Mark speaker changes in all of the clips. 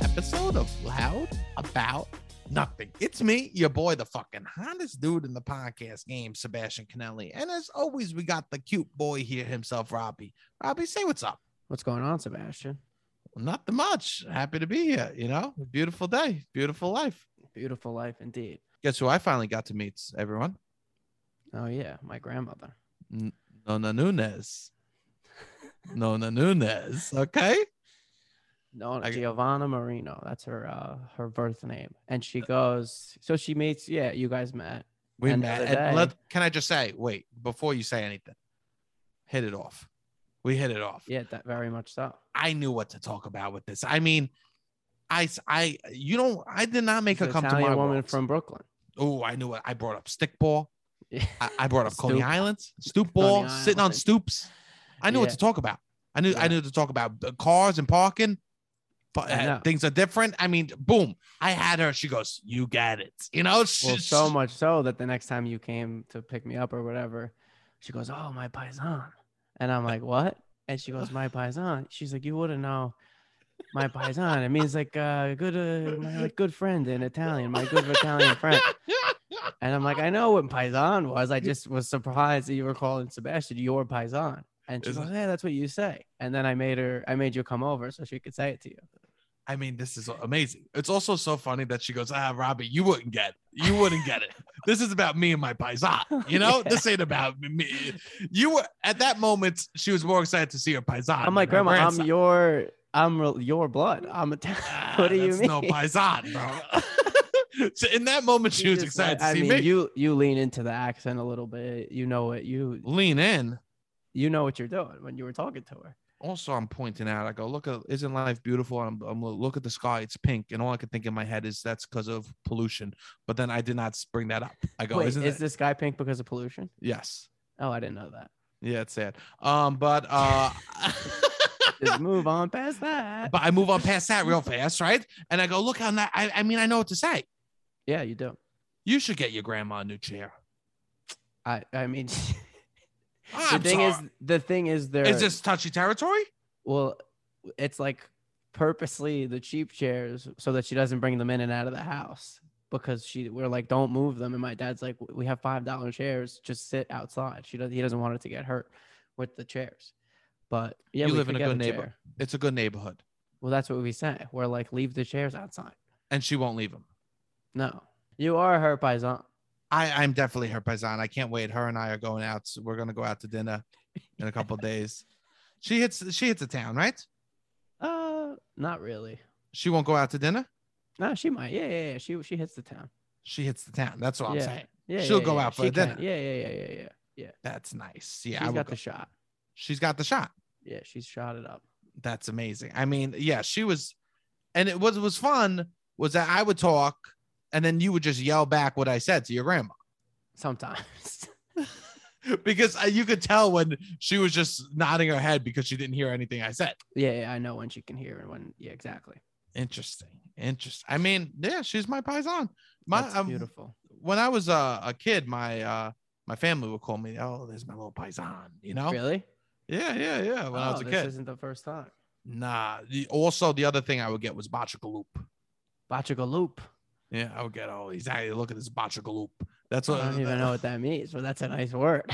Speaker 1: episode of Loud About Nothing. It's me, your boy, the fucking hottest dude in the podcast game, Sebastian Canelli. And as always, we got the cute boy here himself, Robbie. Robbie, say what's up.
Speaker 2: What's going on, Sebastian?
Speaker 1: Not much. Happy to be here. You know, beautiful day, beautiful life.
Speaker 2: Beautiful life indeed.
Speaker 1: Guess who I finally got to meet, everyone?
Speaker 2: Oh yeah, my grandmother.
Speaker 1: N- Nona Nunez. Nona Nunez. Okay.
Speaker 2: No,
Speaker 1: I-
Speaker 2: Giovanna Marino. That's her uh her birth name. And
Speaker 1: Uh,
Speaker 2: she goes so she meets yeah, you guys met.
Speaker 1: We
Speaker 2: And the
Speaker 1: met.
Speaker 2: other
Speaker 1: and
Speaker 2: day-
Speaker 1: let, can I just say, wait, before you say anything, hit it off. We hit it off.
Speaker 2: Yeah, that very much so.
Speaker 1: I knew what to talk about with this. I mean, I, s- I, you don't, I did not make
Speaker 2: She's
Speaker 1: her
Speaker 2: an
Speaker 1: come to
Speaker 2: Italian
Speaker 1: my
Speaker 2: woman
Speaker 1: woman
Speaker 2: from Brooklyn.
Speaker 1: Oh, I knew what I brought up. Stickball.
Speaker 2: Yeah.
Speaker 1: I, I brought up Coney
Speaker 2: Stoop.
Speaker 1: Islands, stoop ball,
Speaker 2: Coney
Speaker 1: sitting on
Speaker 2: Island.
Speaker 1: stoops. I knew what
Speaker 2: Yeah.
Speaker 1: to talk about. I knew, I
Speaker 2: Yeah.
Speaker 1: knew to talk about uh, cars and parking. But
Speaker 2: I
Speaker 1: uh,
Speaker 2: know.
Speaker 1: things are different. I mean, boom. I had her. She goes, "You got it." You know,
Speaker 2: Well,
Speaker 1: She-
Speaker 2: so much so that the next time you came to pick me up or whatever, she goes, "Oh, my paisan," and I'm like, "What?" And she goes, "My paisan." She's like, "You wouldn't know, my paisan. It means like uh, good, uh, my like, good friend in Italian, my good Italian friend." And I'm like, "I know what paisan was. I just was surprised that you were calling Sebastian your paisan." And she's
Speaker 1: Isn't-
Speaker 2: like, "Yeah, that's what you say." And then I made her, I made you come over so she could say it to you.
Speaker 1: I mean, this is amazing. It's also so funny that she goes, "Ah, Robbie, you wouldn't get, it. you wouldn't get it. This is about me and my paisan. You
Speaker 2: Oh,
Speaker 1: know,
Speaker 2: Yeah.
Speaker 1: this ain't about me. You were at that moment. She was more excited to see her paisan.
Speaker 2: I'm like,
Speaker 1: than her
Speaker 2: "Grandma, I'm
Speaker 1: grandson."
Speaker 2: your, I'm re- your blood. I'm Italian.
Speaker 1: Ah,
Speaker 2: what do you
Speaker 1: that's
Speaker 2: mean?"
Speaker 1: No paisan, bro. so in that moment, she
Speaker 2: You
Speaker 1: was
Speaker 2: just,
Speaker 1: excited
Speaker 2: I, I
Speaker 1: to see
Speaker 2: mean,
Speaker 1: me.
Speaker 2: you you lean into the accent a little bit. You know it. You
Speaker 1: Lean in.
Speaker 2: you know what you're doing when you were talking to her.
Speaker 1: Also, I'm pointing out. I go, look at isn't life beautiful? I'm, I'm look at the sky. It's pink, and all I could think in my head is that's because of pollution. But then I did not bring that up. I go,
Speaker 2: Wait,
Speaker 1: isn't
Speaker 2: is
Speaker 1: it?
Speaker 2: this guy pink because of pollution?
Speaker 1: Yes.
Speaker 2: Oh, I didn't know that.
Speaker 1: Yeah, it's sad. Um, but uh,
Speaker 2: Just move on past that.
Speaker 1: but I move on past that real fast, right? And I go, look how that. I, I mean, I know what to say.
Speaker 2: Yeah, you do.
Speaker 1: You should get your grandma a new chair.
Speaker 2: I I mean, the
Speaker 1: I'm
Speaker 2: thing
Speaker 1: sorry.
Speaker 2: is, the thing is, there
Speaker 1: is this touchy territory?
Speaker 2: well, it's like purposely the cheap chairs so that she doesn't bring them in and out of the house because she we're like don't move them and my dad's like we have five dollar chairs just sit outside she does he doesn't want her to get hurt with the chairs but yeah
Speaker 1: You
Speaker 2: we
Speaker 1: live
Speaker 2: could
Speaker 1: in a
Speaker 2: get
Speaker 1: good neighbor-
Speaker 2: chair.
Speaker 1: It's a good neighborhood,
Speaker 2: well that's what we say we're like leave the chairs outside
Speaker 1: and she won't leave him.
Speaker 2: no you are her paisan
Speaker 1: I, I'm definitely her paisan. I can't wait. Her and I are going out. So we're gonna go out to dinner in a couple days. She hits she hits a town, right?
Speaker 2: uh not really
Speaker 1: She won't go out to dinner.
Speaker 2: no she might yeah yeah, yeah. she she hits the town
Speaker 1: She hits the town. That's what I'm
Speaker 2: Yeah.
Speaker 1: saying.
Speaker 2: yeah
Speaker 1: She'll
Speaker 2: yeah,
Speaker 1: go
Speaker 2: yeah.
Speaker 1: out for
Speaker 2: She
Speaker 1: a dinner.
Speaker 2: can. yeah yeah yeah yeah yeah
Speaker 1: That's nice. Yeah, I
Speaker 2: she's
Speaker 1: will
Speaker 2: got
Speaker 1: go.
Speaker 2: the shot
Speaker 1: she's got the shot.
Speaker 2: yeah she's shot it up
Speaker 1: that's amazing. I mean, yeah, she was, and it was was fun was that I would talk, and then you would just yell back what I said to your grandma
Speaker 2: sometimes
Speaker 1: because uh, you could tell when she was just nodding her head because she didn't hear anything I said.
Speaker 2: Yeah, yeah, I know when she can hear and when. Yeah, exactly.
Speaker 1: Interesting, interesting. I mean, yeah, she's my paisan. My
Speaker 2: That's
Speaker 1: um,
Speaker 2: beautiful.
Speaker 1: when I was uh, a kid, my uh, my family would call me, oh, there's my little paisan, you know?
Speaker 2: Really?
Speaker 1: Yeah, yeah, yeah. When I was
Speaker 2: Oh,
Speaker 1: a
Speaker 2: this
Speaker 1: kid,
Speaker 2: isn't the first time.
Speaker 1: nah. The- also, the other thing I would get was Bachagaloop.
Speaker 2: Bachagaloop.
Speaker 1: Yeah, I would get oh he's out here look at this Bachagaloop. That's
Speaker 2: I
Speaker 1: what
Speaker 2: don't even know what that means, but that's a nice word.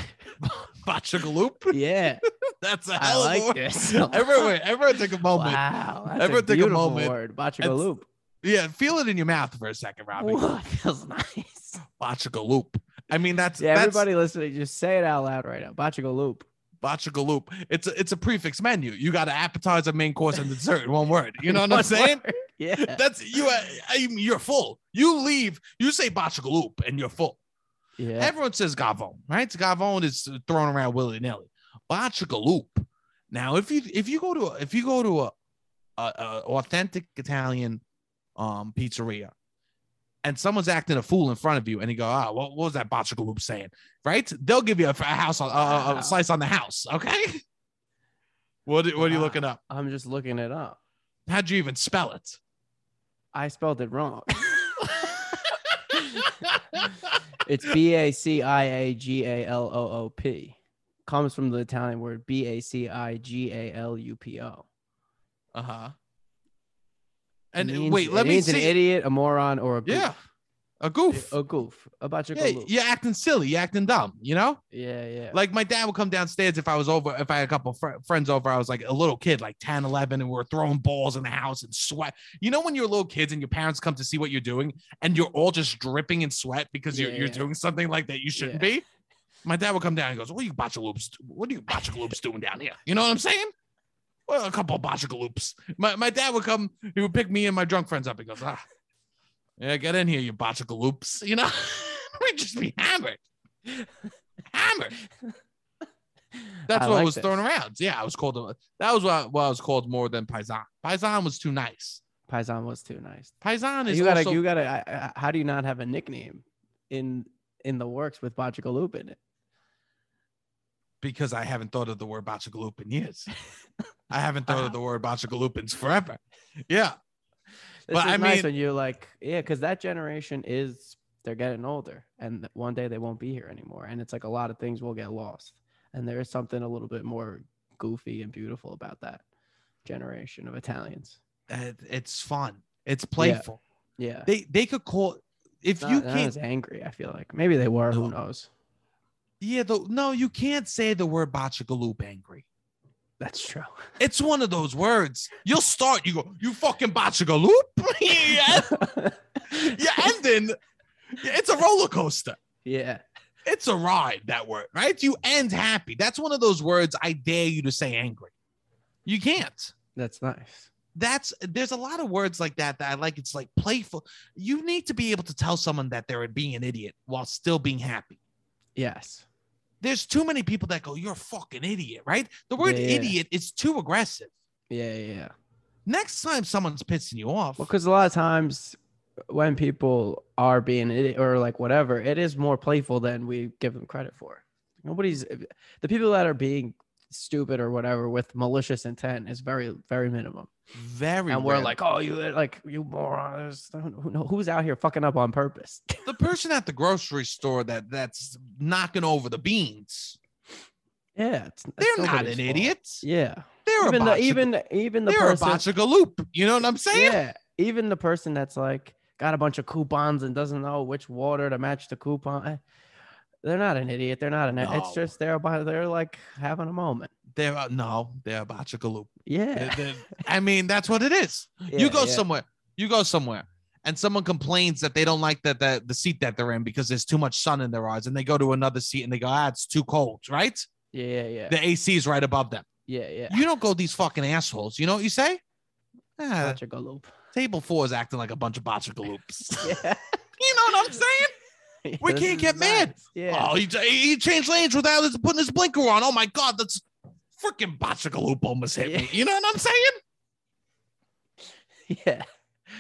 Speaker 1: Bachagaloop.
Speaker 2: yeah,
Speaker 1: That's a
Speaker 2: I
Speaker 1: hell of a
Speaker 2: like
Speaker 1: word.
Speaker 2: this.
Speaker 1: Everyone, everyone take a moment.
Speaker 2: Wow, that's
Speaker 1: Everyone
Speaker 2: a
Speaker 1: take a
Speaker 2: beautiful
Speaker 1: moment.
Speaker 2: word. Bachagaloop.
Speaker 1: Yeah, feel it in your mouth for a second, Robbie.
Speaker 2: Ooh, it feels nice.
Speaker 1: Bachagaloop. I mean that's
Speaker 2: Yeah,
Speaker 1: that's
Speaker 2: everybody listening, just say it out loud right now. Bachagaloop.
Speaker 1: Bachagaloop. It's a, it's a prefix menu. You got an appetizer, main course, and dessert in one word. You know what I'm
Speaker 2: One
Speaker 1: saying?
Speaker 2: word. Yeah.
Speaker 1: That's you. I, I- you're full. You leave. You say Bachagaloop, and you're full.
Speaker 2: Yeah.
Speaker 1: Everyone says Gavone, right? Gavone is thrown around willy nilly. Bachagaloop. Now, if you if you go to a, if you go to a, a, a authentic Italian um, pizzeria, and someone's acting a fool in front of you, and you go, "Ah, what, what was that Bachagaloop saying?" Right? They'll give you a, f- a house on, a- a,
Speaker 2: Wow.
Speaker 1: a slice on the house. Okay. What are- What are you
Speaker 2: Wow.
Speaker 1: looking up?
Speaker 2: I'm just looking it up.
Speaker 1: How'd you even spell it?
Speaker 2: I spelled it wrong. It's B A C I A G A L O O P. Comes from the Italian word B A C I G A L U P O.
Speaker 1: uh huh. Uh-huh. And
Speaker 2: It means-
Speaker 1: wait, let
Speaker 2: it
Speaker 1: me
Speaker 2: means an
Speaker 1: see.
Speaker 2: idiot, a moron, or a goof.
Speaker 1: Yeah, a goof.
Speaker 2: a goof, oh, a
Speaker 1: Yeah,
Speaker 2: bachika goof.
Speaker 1: you're acting silly. You're acting dumb. You know.
Speaker 2: yeah, yeah.
Speaker 1: Like my dad would come downstairs if I was over, if I had a couple fr- friends over, I was like a little kid, like 10, 11, and we're throwing balls in the house and sweat. You know, when you're little kids and your parents come to see what you're doing and you're all just dripping in sweat because you're,
Speaker 2: Yeah,
Speaker 1: you're
Speaker 2: yeah.
Speaker 1: doing something like that you shouldn't be. My dad would come down and goes, what are you botchaloops? What are you botchaloops doing down here? You know what I'm saying? Well, a couple of botchaloops. My, my dad would come, he would pick me and my drunk friends up. He goes, ah, yeah, get in here, you botchaloops. You know, we'd just be hammered. Hammered. That's
Speaker 2: I
Speaker 1: what
Speaker 2: like
Speaker 1: was
Speaker 2: this.
Speaker 1: thrown around. Yeah, I was called. A, that was what, what I was called more than paisan. Paisan was too nice.
Speaker 2: Paisan was too nice.
Speaker 1: Paisan is
Speaker 2: You gotta,
Speaker 1: also
Speaker 2: you gotta. I, I, how do you not have a nickname in in the works with bachika loop in it?
Speaker 1: because I haven't thought of the word bachagaloop in years. I haven't thought of the word bachagaloop in forever. Yeah,
Speaker 2: This
Speaker 1: Well,
Speaker 2: is
Speaker 1: I
Speaker 2: nice
Speaker 1: mean-
Speaker 2: when you're like, yeah, because that generation is they're getting older, and one day they won't be here anymore, and it's like a lot of things will get lost, and there is something a little bit more goofy and beautiful about that generation of Italians.
Speaker 1: it- it's fun. It's playful.
Speaker 2: Yeah,
Speaker 1: They they could call if
Speaker 2: Not-
Speaker 1: you
Speaker 2: not
Speaker 1: can't. Oh.
Speaker 2: as angry. I feel like maybe they were. Who knows?
Speaker 1: Yeah, though. No, you can't say the word bachagaloop angry.
Speaker 2: That's true.
Speaker 1: It's one of those words. You'll start. You go. You fucking bachagaloop. yeah, you're ending. It's a roller coaster.
Speaker 2: yeah.
Speaker 1: It's a ride, that word, right? You end happy. That's one of those words I dare you to say angry. You can't.
Speaker 2: That's nice.
Speaker 1: That's there's a lot of words like that that I like. It's like playful. You need to be able to tell someone that they're being an idiot while still being happy.
Speaker 2: Yes.
Speaker 1: There's too many people that go, You're a fucking idiot, right? The word
Speaker 2: Yeah, yeah.
Speaker 1: idiot is too aggressive.
Speaker 2: Yeah, yeah, yeah.
Speaker 1: Next time someone's pissing you off,
Speaker 2: Well, because a lot of times when people are being an idiot or like whatever, it is more playful than we give them credit for. Nobody's the people that are being stupid or whatever with malicious intent is very, very minimum.
Speaker 1: very
Speaker 2: And we're
Speaker 1: rarely.
Speaker 2: like, oh, you like you morons. I don't know who's out here fucking up on purpose.
Speaker 1: the person at the grocery store that that's knocking over the beans,
Speaker 2: yeah, it's, it's
Speaker 1: they're not
Speaker 2: nobody's
Speaker 1: an
Speaker 2: fault.
Speaker 1: idiot.
Speaker 2: Yeah,
Speaker 1: They're
Speaker 2: even
Speaker 1: a
Speaker 2: the,
Speaker 1: box of
Speaker 2: even even the
Speaker 1: they're
Speaker 2: person
Speaker 1: a botchagaloop. You know what I'm saying?
Speaker 2: Yeah, even the person that's like got a bunch of coupons and doesn't know which water to match the coupon. eh, They're not an idiot. They're not an. It's
Speaker 1: No.
Speaker 2: just they're about they're like having a moment.
Speaker 1: They're a, no, they're a botchagaloop.
Speaker 2: Yeah,
Speaker 1: I mean, that's what it is.
Speaker 2: yeah,
Speaker 1: you go
Speaker 2: yeah.
Speaker 1: somewhere, you go somewhere, and someone complains that they don't like that the, the seat that they're in because there's too much sun in their eyes, and they go to another seat and they go, ah, it's too cold, right?
Speaker 2: Yeah, yeah, yeah,
Speaker 1: The AC is right above them.
Speaker 2: yeah, yeah.
Speaker 1: You don't go these fucking assholes. You know what you say? Ah,
Speaker 2: Gotcha, go loop.
Speaker 1: table four is acting like a bunch of botchagaloops.
Speaker 2: Yeah.
Speaker 1: you know what I'm saying? We
Speaker 2: This
Speaker 1: can't
Speaker 2: is
Speaker 1: get mad.
Speaker 2: nice. Yeah.
Speaker 1: Oh, he, he changed lanes without his, putting his blinker on. Oh my God, that's freaking Bachagaloop almost hit me.
Speaker 2: Yeah.
Speaker 1: You know what I'm saying? Oh.
Speaker 2: Yeah.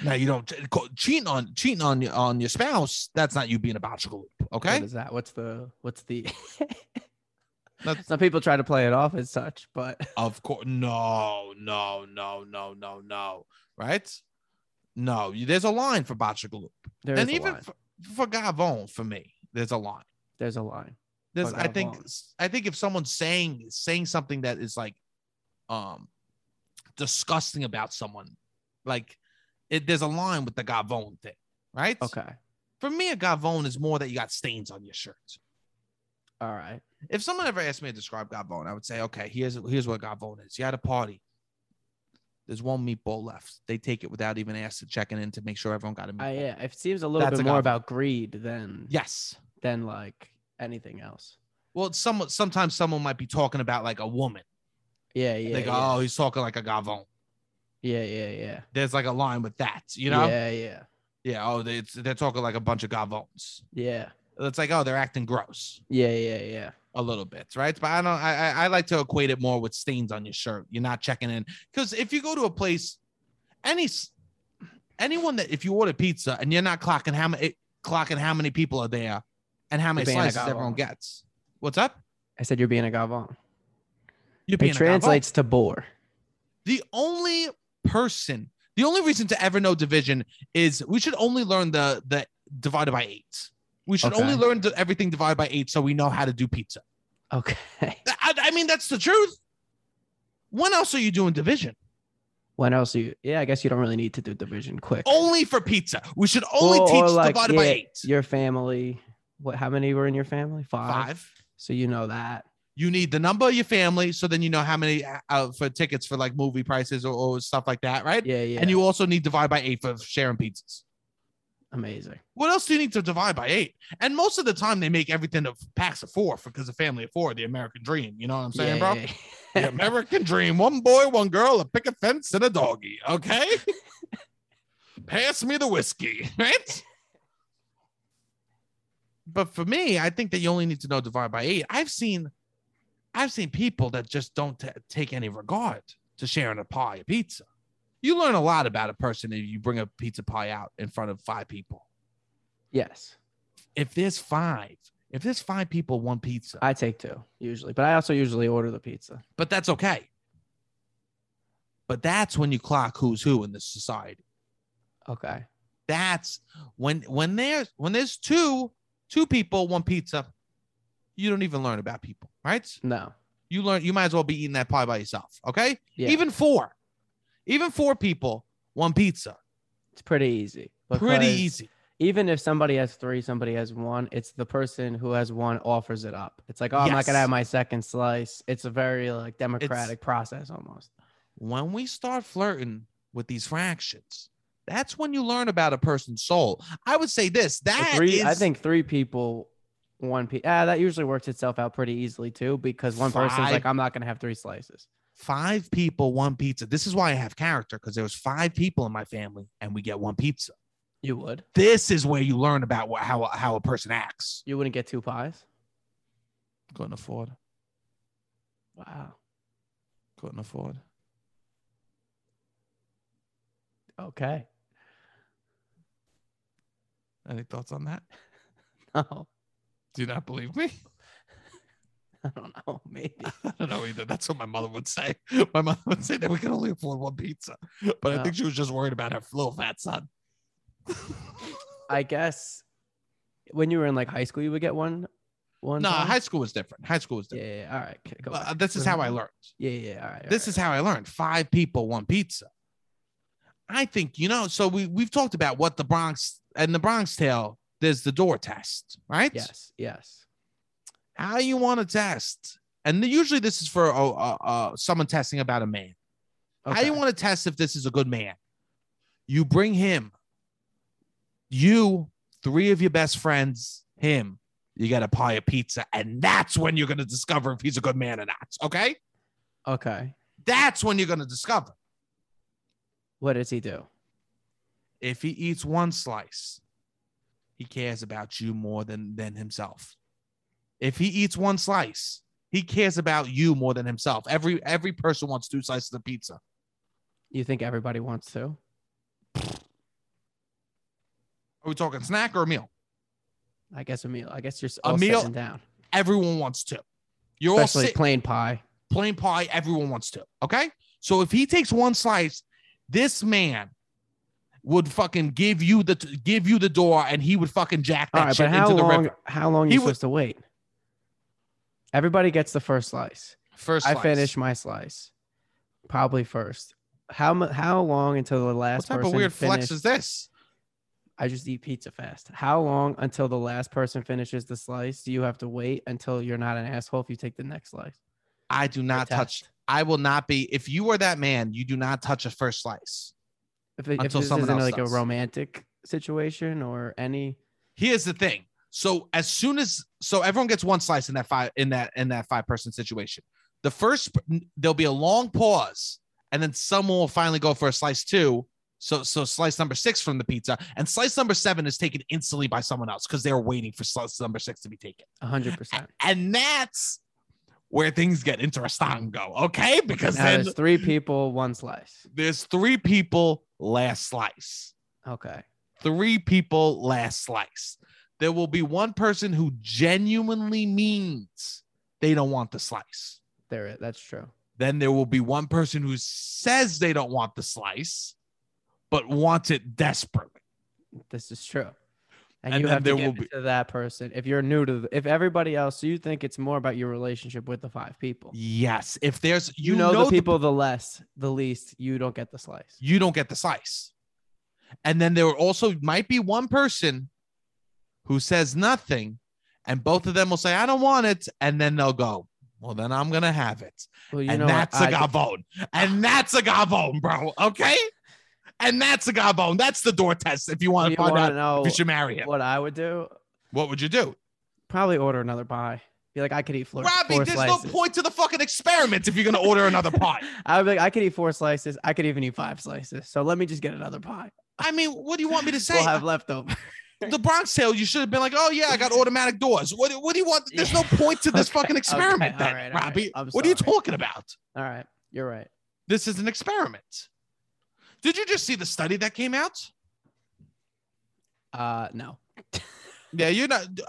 Speaker 1: Now you don't co- cheating on cheating on your- on your spouse. That's not you being a Bachagaloop.
Speaker 2: What
Speaker 1: Okay,
Speaker 2: is that? What's the? What's the?
Speaker 1: That's-
Speaker 2: Some people try to play it off as such, but
Speaker 1: of course, no, no, no, no, no, no. Right? No, you- there's a line for Bachagaloop,
Speaker 2: there's
Speaker 1: and
Speaker 2: a
Speaker 1: even
Speaker 2: line.
Speaker 1: for, for Gavon, for me, there's a line.
Speaker 2: There's a line.
Speaker 1: There's,
Speaker 2: For
Speaker 1: I think,
Speaker 2: Gavone.
Speaker 1: s- I think if someone's saying saying something that is like, um, disgusting about someone, like, it, there's a line with the Gavone thing, right?
Speaker 2: Okay.
Speaker 1: For me, a Gavone is more that you got stains on your shirt.
Speaker 2: All right.
Speaker 1: If someone ever asked me to describe Gavone, I would say, okay, here's here's what Gavone is. You had a party. There's one meatball left. They take it without even asking, checking in to make sure everyone got a meatball.
Speaker 2: I, Ah, yeah. It seems a little
Speaker 1: That's
Speaker 2: bit
Speaker 1: a
Speaker 2: more
Speaker 1: Gavone.
Speaker 2: about greed than
Speaker 1: Yes.
Speaker 2: than like anything else.
Speaker 1: Well, it's some sometimes someone might be talking about like a woman.
Speaker 2: Yeah, yeah.
Speaker 1: they go,
Speaker 2: yeah.
Speaker 1: oh, he's talking like a Gavone.
Speaker 2: yeah, yeah, yeah.
Speaker 1: there's like a line with that, you know? Yeah.
Speaker 2: Yeah, yeah,
Speaker 1: oh, they, it's, they're talking like a bunch of gavones.
Speaker 2: yeah,
Speaker 1: It's like, oh, they're acting gross
Speaker 2: yeah, yeah, yeah.
Speaker 1: a little bit, right? But I don't. I I- I like to equate it more with stains on your shirt. You're not checking in because if you go to a place, any s- anyone that if you order pizza and you're not clocking how many clocking how many people are there and how many
Speaker 2: You're being a
Speaker 1: slices everyone
Speaker 2: gavone.
Speaker 1: gets. What's up?
Speaker 2: I said you're being a gavon.
Speaker 1: You're
Speaker 2: It
Speaker 1: a gavone.
Speaker 2: translates to bore.
Speaker 1: the only person, the only reason to ever know division is we should only learn the the divided by eight. We should
Speaker 2: Okay.
Speaker 1: only learn to everything divided by eight so we know how to do pizza.
Speaker 2: Okay.
Speaker 1: I, I mean, that's the truth. When else are you doing division?
Speaker 2: When else you? Yeah, I guess you don't really need to do division quick.
Speaker 1: Only for pizza. We should only
Speaker 2: Or- or
Speaker 1: teach
Speaker 2: like,
Speaker 1: divided by
Speaker 2: yeah,
Speaker 1: eight.
Speaker 2: Your family. What? How many were in your family? Five.
Speaker 1: Five.
Speaker 2: So you know that.
Speaker 1: You need the number of your family, so then you know how many uh, uh, for tickets for like movie prices or, or stuff like that, right?
Speaker 2: Yeah, yeah.
Speaker 1: And you also need divide by eight for sharing pizzas.
Speaker 2: amazing.
Speaker 1: What else do you need to divide by eight? And most of the time, they make everything of packs of four because a family of four, the American dream. You know what I'm saying,
Speaker 2: yeah,
Speaker 1: bro?
Speaker 2: yeah.
Speaker 1: The American dream. One boy, one girl, a picket fence, and a doggy. Okay. Pass me the whiskey, right? But for me, I think that you only need to know divide by eight. I've seen, I've seen people that just don't ta take any regard to sharing a pie or pizza. You learn a lot about a person if you bring a pizza pie out in front of five people.
Speaker 2: Yes,
Speaker 1: If there's five, if there's five people, one pizza,
Speaker 2: I take two usually, but I also usually order the pizza.
Speaker 1: but that's okay. But that's when you clock who's who in this society.
Speaker 2: Okay.
Speaker 1: That's when when there's when there's two two people, one pizza, you don't even learn about people, right?
Speaker 2: No.
Speaker 1: You learn you might as well be eating that pie by yourself, okay?
Speaker 2: Yeah.
Speaker 1: Even four, even four people, one pizza,
Speaker 2: it's pretty easy.
Speaker 1: pretty
Speaker 2: because
Speaker 1: easy.
Speaker 2: Even if somebody has three, somebody has one. It's the person who has one offers it up. It's like, oh, I'm not gonna
Speaker 1: Yes.
Speaker 2: have my second slice. It's a very like democratic process almost.
Speaker 1: when we start flirting with these fractions, that's when you learn about a person's soul. I would say this.
Speaker 2: The
Speaker 1: that
Speaker 2: three, I
Speaker 1: is
Speaker 2: think three people, one piece. Ah, that usually works itself out pretty easily too, because one person's
Speaker 1: Five.
Speaker 2: like, I'm not gonna have three slices.
Speaker 1: five people, one pizza. This is why I have character because there was five people in my family and we get one pizza.
Speaker 2: You would.
Speaker 1: This is where you learn about wha- how how a person acts.
Speaker 2: You wouldn't get two pies.
Speaker 1: Couldn't afford.
Speaker 2: Wow.
Speaker 1: Couldn't afford.
Speaker 2: Okay.
Speaker 1: Any thoughts on that?
Speaker 2: No,
Speaker 1: Do you not believe me?
Speaker 2: I don't know. Maybe.
Speaker 1: I don't know either. That's what my mother would say. My mother would say that we can only afford one pizza, but I
Speaker 2: Oh.
Speaker 1: think she was just worried about her little fat son.
Speaker 2: I guess when you were in like high school, you would get one. One.
Speaker 1: no,
Speaker 2: time?
Speaker 1: high school was different. High school was
Speaker 2: Yeah,
Speaker 1: different.
Speaker 2: yeah, yeah. All right. okay, Go
Speaker 1: But, uh,
Speaker 2: back.
Speaker 1: this is
Speaker 2: What
Speaker 1: how I
Speaker 2: happened?
Speaker 1: learned.
Speaker 2: Yeah, yeah. yeah, All right.
Speaker 1: this is how I learned. Five people, one pizza. I think you know. So we we've talked about what the Bronx and the Bronx Tale. There's the door test, right?
Speaker 2: Yes. Yes.
Speaker 1: How you want to test, and the- usually this is for uh, uh, uh, someone testing about a man. How you
Speaker 2: Okay.
Speaker 1: want to test if this is a good man? You bring him. You three of your best friends, him. You got a pie of pizza, and that's when you're gonna discover if he's a good man or not. Okay,
Speaker 2: Okay.
Speaker 1: that's when you're gonna discover.
Speaker 2: What does he do?
Speaker 1: if he eats one slice, he cares about you more than than himself. If he eats one slice, he cares about you more than himself. Every every person wants two slices of pizza.
Speaker 2: You think everybody wants to?
Speaker 1: Are we talking snack or a meal?
Speaker 2: I guess a meal. I guess you're s-
Speaker 1: A
Speaker 2: all
Speaker 1: meal-
Speaker 2: sitting down.
Speaker 1: Everyone wants two. You're all
Speaker 2: Especially
Speaker 1: sit,
Speaker 2: plain pie.
Speaker 1: plain pie. Everyone wants two. Okay, so if he takes one slice, this man would fucking give you the give you the door, and he would fucking jack that
Speaker 2: All right,
Speaker 1: shit
Speaker 2: but how
Speaker 1: into the
Speaker 2: long?
Speaker 1: river.
Speaker 2: How long are
Speaker 1: He
Speaker 2: you
Speaker 1: wa-
Speaker 2: supposed to wait? Everybody gets the first slice.
Speaker 1: First,
Speaker 2: I
Speaker 1: slice.
Speaker 2: finish my slice, probably first. How mu- how long until the
Speaker 1: What
Speaker 2: last
Speaker 1: type
Speaker 2: person
Speaker 1: of weird
Speaker 2: finishes?
Speaker 1: flex is this?
Speaker 2: I just eat pizza fast. How long until the last person finishes the slice? Do you have to wait until you're not an asshole if you take the next slice?
Speaker 1: I do not touch
Speaker 2: Test.
Speaker 1: I will not be. If you are that man, you do not touch a first slice.
Speaker 2: If, it, if
Speaker 1: Until
Speaker 2: this
Speaker 1: someone
Speaker 2: isn't
Speaker 1: else
Speaker 2: like
Speaker 1: does.
Speaker 2: a romantic situation or any,
Speaker 1: Here's the thing. So as soon as so everyone gets one slice in that five in that in that five person situation. The first there'll be a long pause, and then someone will finally go for a slice two. So so slice number six from the pizza, and slice number seven is taken instantly by someone else because they're waiting for slice number six to be taken.
Speaker 2: hundred percent.
Speaker 1: And that's where things get interesting. Go okay because
Speaker 2: Now
Speaker 1: then
Speaker 2: there's three people, one slice.
Speaker 1: there's three people last slice.
Speaker 2: Okay.
Speaker 1: three people last slice. There will be one person who genuinely means they don't want the slice.
Speaker 2: There it that's true.
Speaker 1: Then there will be one person who says they don't want the slice, but wants it desperately.
Speaker 2: This is true. and,
Speaker 1: And
Speaker 2: you
Speaker 1: then
Speaker 2: have to
Speaker 1: there
Speaker 2: give
Speaker 1: will
Speaker 2: it
Speaker 1: be-
Speaker 2: to that person if you're new to the, if everybody else so you think it's more about your relationship with the five people
Speaker 1: Yes. If there's
Speaker 2: you,
Speaker 1: you,
Speaker 2: know, the
Speaker 1: the-
Speaker 2: people the less the least you don't get the slice
Speaker 1: you don't get the slice. And then there also might be one person who says nothing, and both of them will say, I don't want it. And then they'll go, Well, then I'm going to have it.
Speaker 2: well you
Speaker 1: and
Speaker 2: know what?
Speaker 1: that's a
Speaker 2: I-
Speaker 1: gabon. And that's a gabon, bro. Okay. And that's a gabon. That's the door test if you want
Speaker 2: you
Speaker 1: to find
Speaker 2: wanna
Speaker 1: out
Speaker 2: know
Speaker 1: if you should marry him.
Speaker 2: what i would do
Speaker 1: What would you do?
Speaker 2: probably order another pie be like i could eat four,
Speaker 1: Robbie,
Speaker 2: four
Speaker 1: there's
Speaker 2: slices
Speaker 1: no point to the fucking experiment if you're going to order another pie.
Speaker 2: i would be like i could eat four slices i could even eat five slices so let me just get another pie
Speaker 1: I mean, what do you want me to say?
Speaker 2: we'll have leftover
Speaker 1: the Bronx Tale, you should have been like, oh yeah, I got automatic doors. What, what do you want? There's no point to this
Speaker 2: Okay,
Speaker 1: fucking
Speaker 2: okay,
Speaker 1: experiment,
Speaker 2: all
Speaker 1: then,
Speaker 2: right, all right.
Speaker 1: Robbie.
Speaker 2: I'm
Speaker 1: What are you
Speaker 2: sorry.
Speaker 1: talking about?
Speaker 2: all right you're right
Speaker 1: This is an experiment. Did you just see the study that came out?
Speaker 2: uh no
Speaker 1: Yeah, you're not. uh,
Speaker 2: There's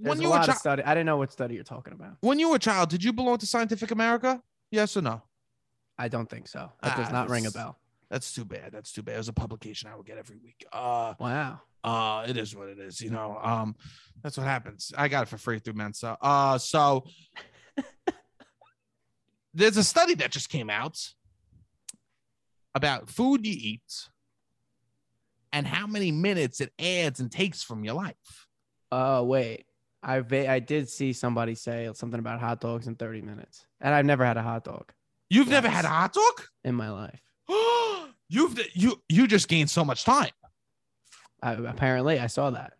Speaker 1: When
Speaker 2: a
Speaker 1: you were
Speaker 2: lot
Speaker 1: chi-
Speaker 2: of study. I didn't know what study you're talking about.
Speaker 1: when you were a child, did you belong to Scientific America? Yes or no?
Speaker 2: I don't think so. That does
Speaker 1: Ah,
Speaker 2: not ring a
Speaker 1: this-
Speaker 2: bell.
Speaker 1: That's too bad. That's too bad. It was a publication I would get every week. Uh,
Speaker 2: Wow.
Speaker 1: uh, it is what it is. You know, um, that's what happens. I got it for free through Mensa. Uh, so there's a study that just came out about food you eat and how many minutes it adds and takes from your life.
Speaker 2: Oh wait. I va- I did see somebody say something about hot dogs in 30 minutes, and I've never had a hot dog
Speaker 1: You've never
Speaker 2: Yes.
Speaker 1: had a hot dog?
Speaker 2: in my life.
Speaker 1: You've you you just gained so much time.
Speaker 2: I, apparently, I saw that.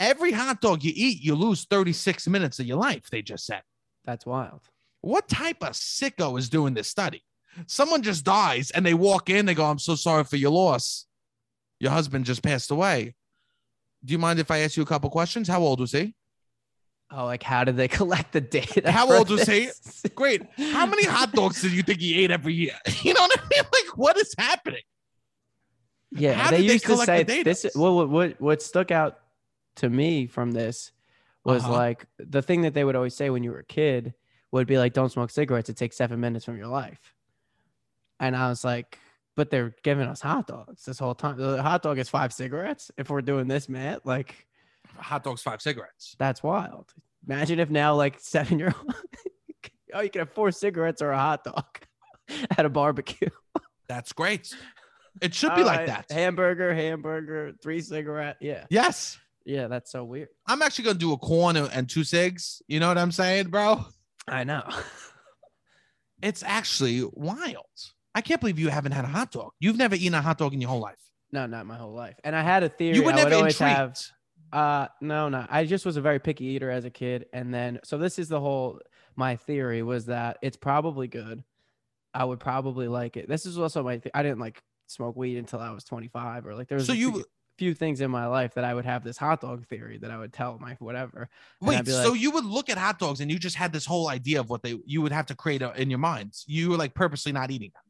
Speaker 1: Every hot dog you eat, you lose 36 minutes of your life, they just said.
Speaker 2: That's wild.
Speaker 1: What type of sicko is doing this study? Someone just dies and they walk in, they go, I'm so sorry for your loss. Your husband just passed away. Do you mind if I ask you a couple questions? How old was he?
Speaker 2: Oh, like how did they collect the data?
Speaker 1: How
Speaker 2: for
Speaker 1: old was he?
Speaker 2: this?
Speaker 1: Great. How many hot dogs did you think he ate every year? You know what I mean? Like, what is happening?
Speaker 2: Yeah,
Speaker 1: How
Speaker 2: they
Speaker 1: did they
Speaker 2: used to
Speaker 1: collect
Speaker 2: say
Speaker 1: the data?
Speaker 2: this. What what what what stuck out to me from this was
Speaker 1: Uh-huh.
Speaker 2: like the thing that they would always say when you were a kid would be like, "Don't smoke cigarettes; it takes seven minutes from your life." And I was like, "But they're giving us hot dogs this whole time. The hot dog is five cigarettes. If we're doing this, man, like
Speaker 1: Hot dogs, five cigarettes.
Speaker 2: that's wild. Imagine if now like seven year old, oh, you can have four cigarettes or a hot dog at a barbecue.
Speaker 1: That's great. It should be
Speaker 2: All
Speaker 1: like
Speaker 2: right,
Speaker 1: that.
Speaker 2: Hamburger, hamburger, three cigarette. Yeah,
Speaker 1: Yes.
Speaker 2: yeah, that's so weird."
Speaker 1: I'm actually going to do a corn and and two cigs. You know what I'm saying, bro?
Speaker 2: I know.
Speaker 1: It's actually wild. I can't believe you haven't had a hot dog. You've never eaten a hot dog in your whole life.
Speaker 2: No, not my whole life. And I had a theory.
Speaker 1: you were
Speaker 2: I
Speaker 1: never
Speaker 2: would always
Speaker 1: intrigued.
Speaker 2: have. Uh, no, no. I just was a very picky eater as a kid, and then so this is the whole. My theory was that it's probably good. I would probably like it. This is also my. Th- I didn't like smoke weed until I was 25, or like there was
Speaker 1: so
Speaker 2: a
Speaker 1: you
Speaker 2: few, few things in my life that I would have this hot dog theory that I would tell my whatever. and I'd
Speaker 1: wait.
Speaker 2: be
Speaker 1: so
Speaker 2: like-
Speaker 1: you would look at hot dogs and you just had this whole idea of what they you would have to create uh, in your mind. You were like purposely not eating them.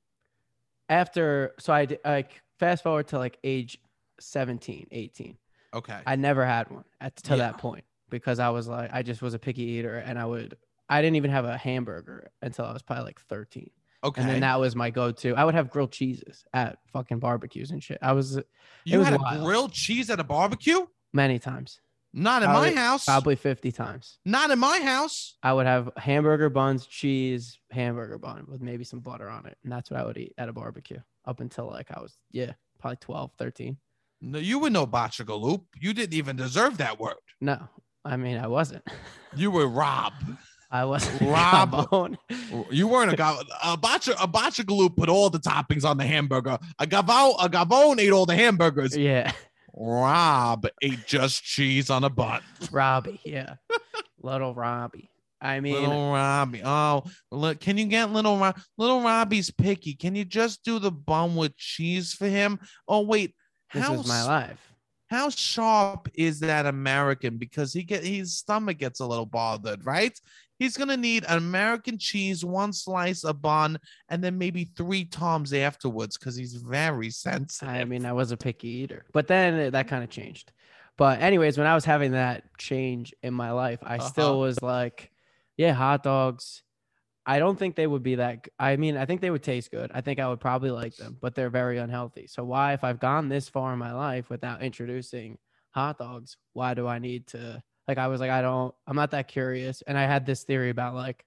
Speaker 2: After so I d- like fast forward to like age 17, 18.
Speaker 1: Okay.
Speaker 2: I never had one at to
Speaker 1: Yeah.
Speaker 2: that point because I was like I just was a picky eater and I would I didn't even have a hamburger until I was probably like 13.
Speaker 1: okay.
Speaker 2: And then that was my go-to. I would have grilled cheeses at fucking barbecues and shit. I was
Speaker 1: you
Speaker 2: was
Speaker 1: had a
Speaker 2: wild.
Speaker 1: grilled cheese at a barbecue?
Speaker 2: many times,
Speaker 1: Not in
Speaker 2: Probably-
Speaker 1: my house.
Speaker 2: probably 50 times.
Speaker 1: Not in my house.
Speaker 2: I would have hamburger buns, cheese, hamburger bun with maybe some butter on it. And that's what I would eat at a barbecue up until like I was yeah, probably 12, 13.
Speaker 1: No, you were no botchagaloop. You didn't even deserve that word.
Speaker 2: No. I mean, I wasn't.
Speaker 1: You were Rob.
Speaker 2: I wasn't
Speaker 1: Rob-
Speaker 2: Rob.
Speaker 1: You weren't a gav- a botcha a botchagaloop put all the toppings on the hamburger. A gavon a gavon ate all the hamburgers.
Speaker 2: Yeah.
Speaker 1: Rob ate just cheese on a bun.
Speaker 2: Robbie, yeah. little Robbie. I mean,
Speaker 1: little Robbie. Oh, look, can you get little Rob? Little Robbie's picky. Can you just do the bun with cheese for him? Oh wait,
Speaker 2: this
Speaker 1: how
Speaker 2: is my
Speaker 1: s-
Speaker 2: life.
Speaker 1: how sharp is that American? Because he get his stomach gets a little bothered, right? He's gonna need American cheese, one slice of bun, and then maybe three toms afterwards because he's very sensitive.
Speaker 2: I mean, I was a picky eater, but then it- that kind of changed. But, anyways, when I was having that change in my life, I
Speaker 1: Uh-huh.
Speaker 2: still was like, yeah, hot dogs. I don't think they would be that. g- I mean, I think they would taste good. I think I would probably like them, but they're very unhealthy. So, why, if I've gone this far in my life without introducing hot dogs, why do I need to? Like, I was like, I don't, I'm not that curious. And I had this theory about like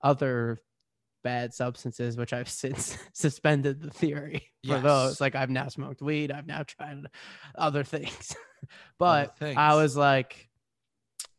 Speaker 2: other bad substances, which I've since suspended the theory for
Speaker 1: Yes.
Speaker 2: those. Like, I've now smoked weed, I've now tried other things. but I
Speaker 1: things.
Speaker 2: was like,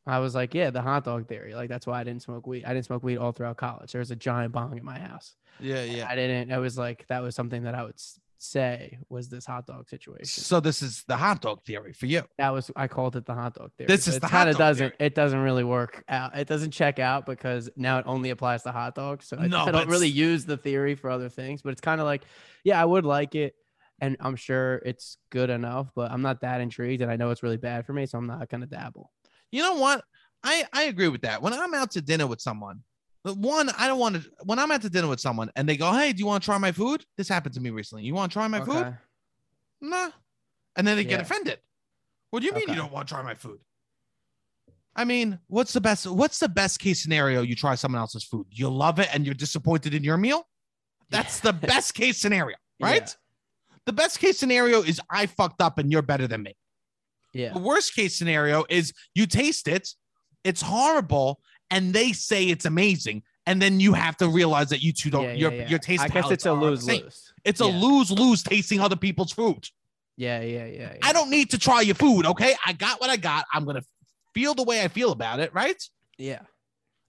Speaker 2: I was like, yeah, the hot dog theory. Like, that's why I didn't smoke weed. I didn't smoke weed all throughout college. There was a giant bong at my house.
Speaker 1: Yeah, yeah.
Speaker 2: I didn't. I was like, that was something that I would s- say was this hot dog situation.
Speaker 1: So this is the hot dog theory for you.
Speaker 2: That was I called it the hot dog theory.
Speaker 1: This
Speaker 2: but
Speaker 1: is
Speaker 2: it
Speaker 1: the hot
Speaker 2: kinda
Speaker 1: dog
Speaker 2: doesn't.
Speaker 1: theory.
Speaker 2: It doesn't really work out. It doesn't check out because now it only applies to hot dogs. So I,
Speaker 1: No,
Speaker 2: I
Speaker 1: but
Speaker 2: don't really
Speaker 1: it's-
Speaker 2: use the theory for other things. But it's kind of like, yeah, I would like it, and I'm sure it's good enough. But I'm not that intrigued, and I know it's really bad for me, so I'm not gonna dabble.
Speaker 1: You know what? I I agree with that. When I'm out to dinner with someone, the one I don't want to. When I'm out to dinner with someone and they go, "Hey, do you want to try my food?" This happened to me recently. You want to try my food?
Speaker 2: Okay.
Speaker 1: Nah. And then they get
Speaker 2: Yeah.
Speaker 1: offended. What do you mean
Speaker 2: Okay.
Speaker 1: you don't want to try my food? I mean, what's the best? What's the best case scenario? You try someone else's food, you love it, and you're disappointed in your meal. That's the best case scenario,
Speaker 2: Yeah.
Speaker 1: right? The best case scenario is I fucked up and you're better than me.
Speaker 2: Yeah.
Speaker 1: The worst case scenario is you taste it, it's horrible, and they say it's amazing, and then you have to realize that you two don't
Speaker 2: yeah, yeah,
Speaker 1: your
Speaker 2: yeah.
Speaker 1: your taste.
Speaker 2: I guess
Speaker 1: palates
Speaker 2: it's a
Speaker 1: aren't the
Speaker 2: lose
Speaker 1: same.
Speaker 2: lose.
Speaker 1: It's a
Speaker 2: Yeah.
Speaker 1: lose lose tasting other people's food.
Speaker 2: Yeah, yeah, yeah.
Speaker 1: I don't need to try your food, okay? I got what I got. I'm gonna feel the way I feel about it, right?
Speaker 2: Yeah.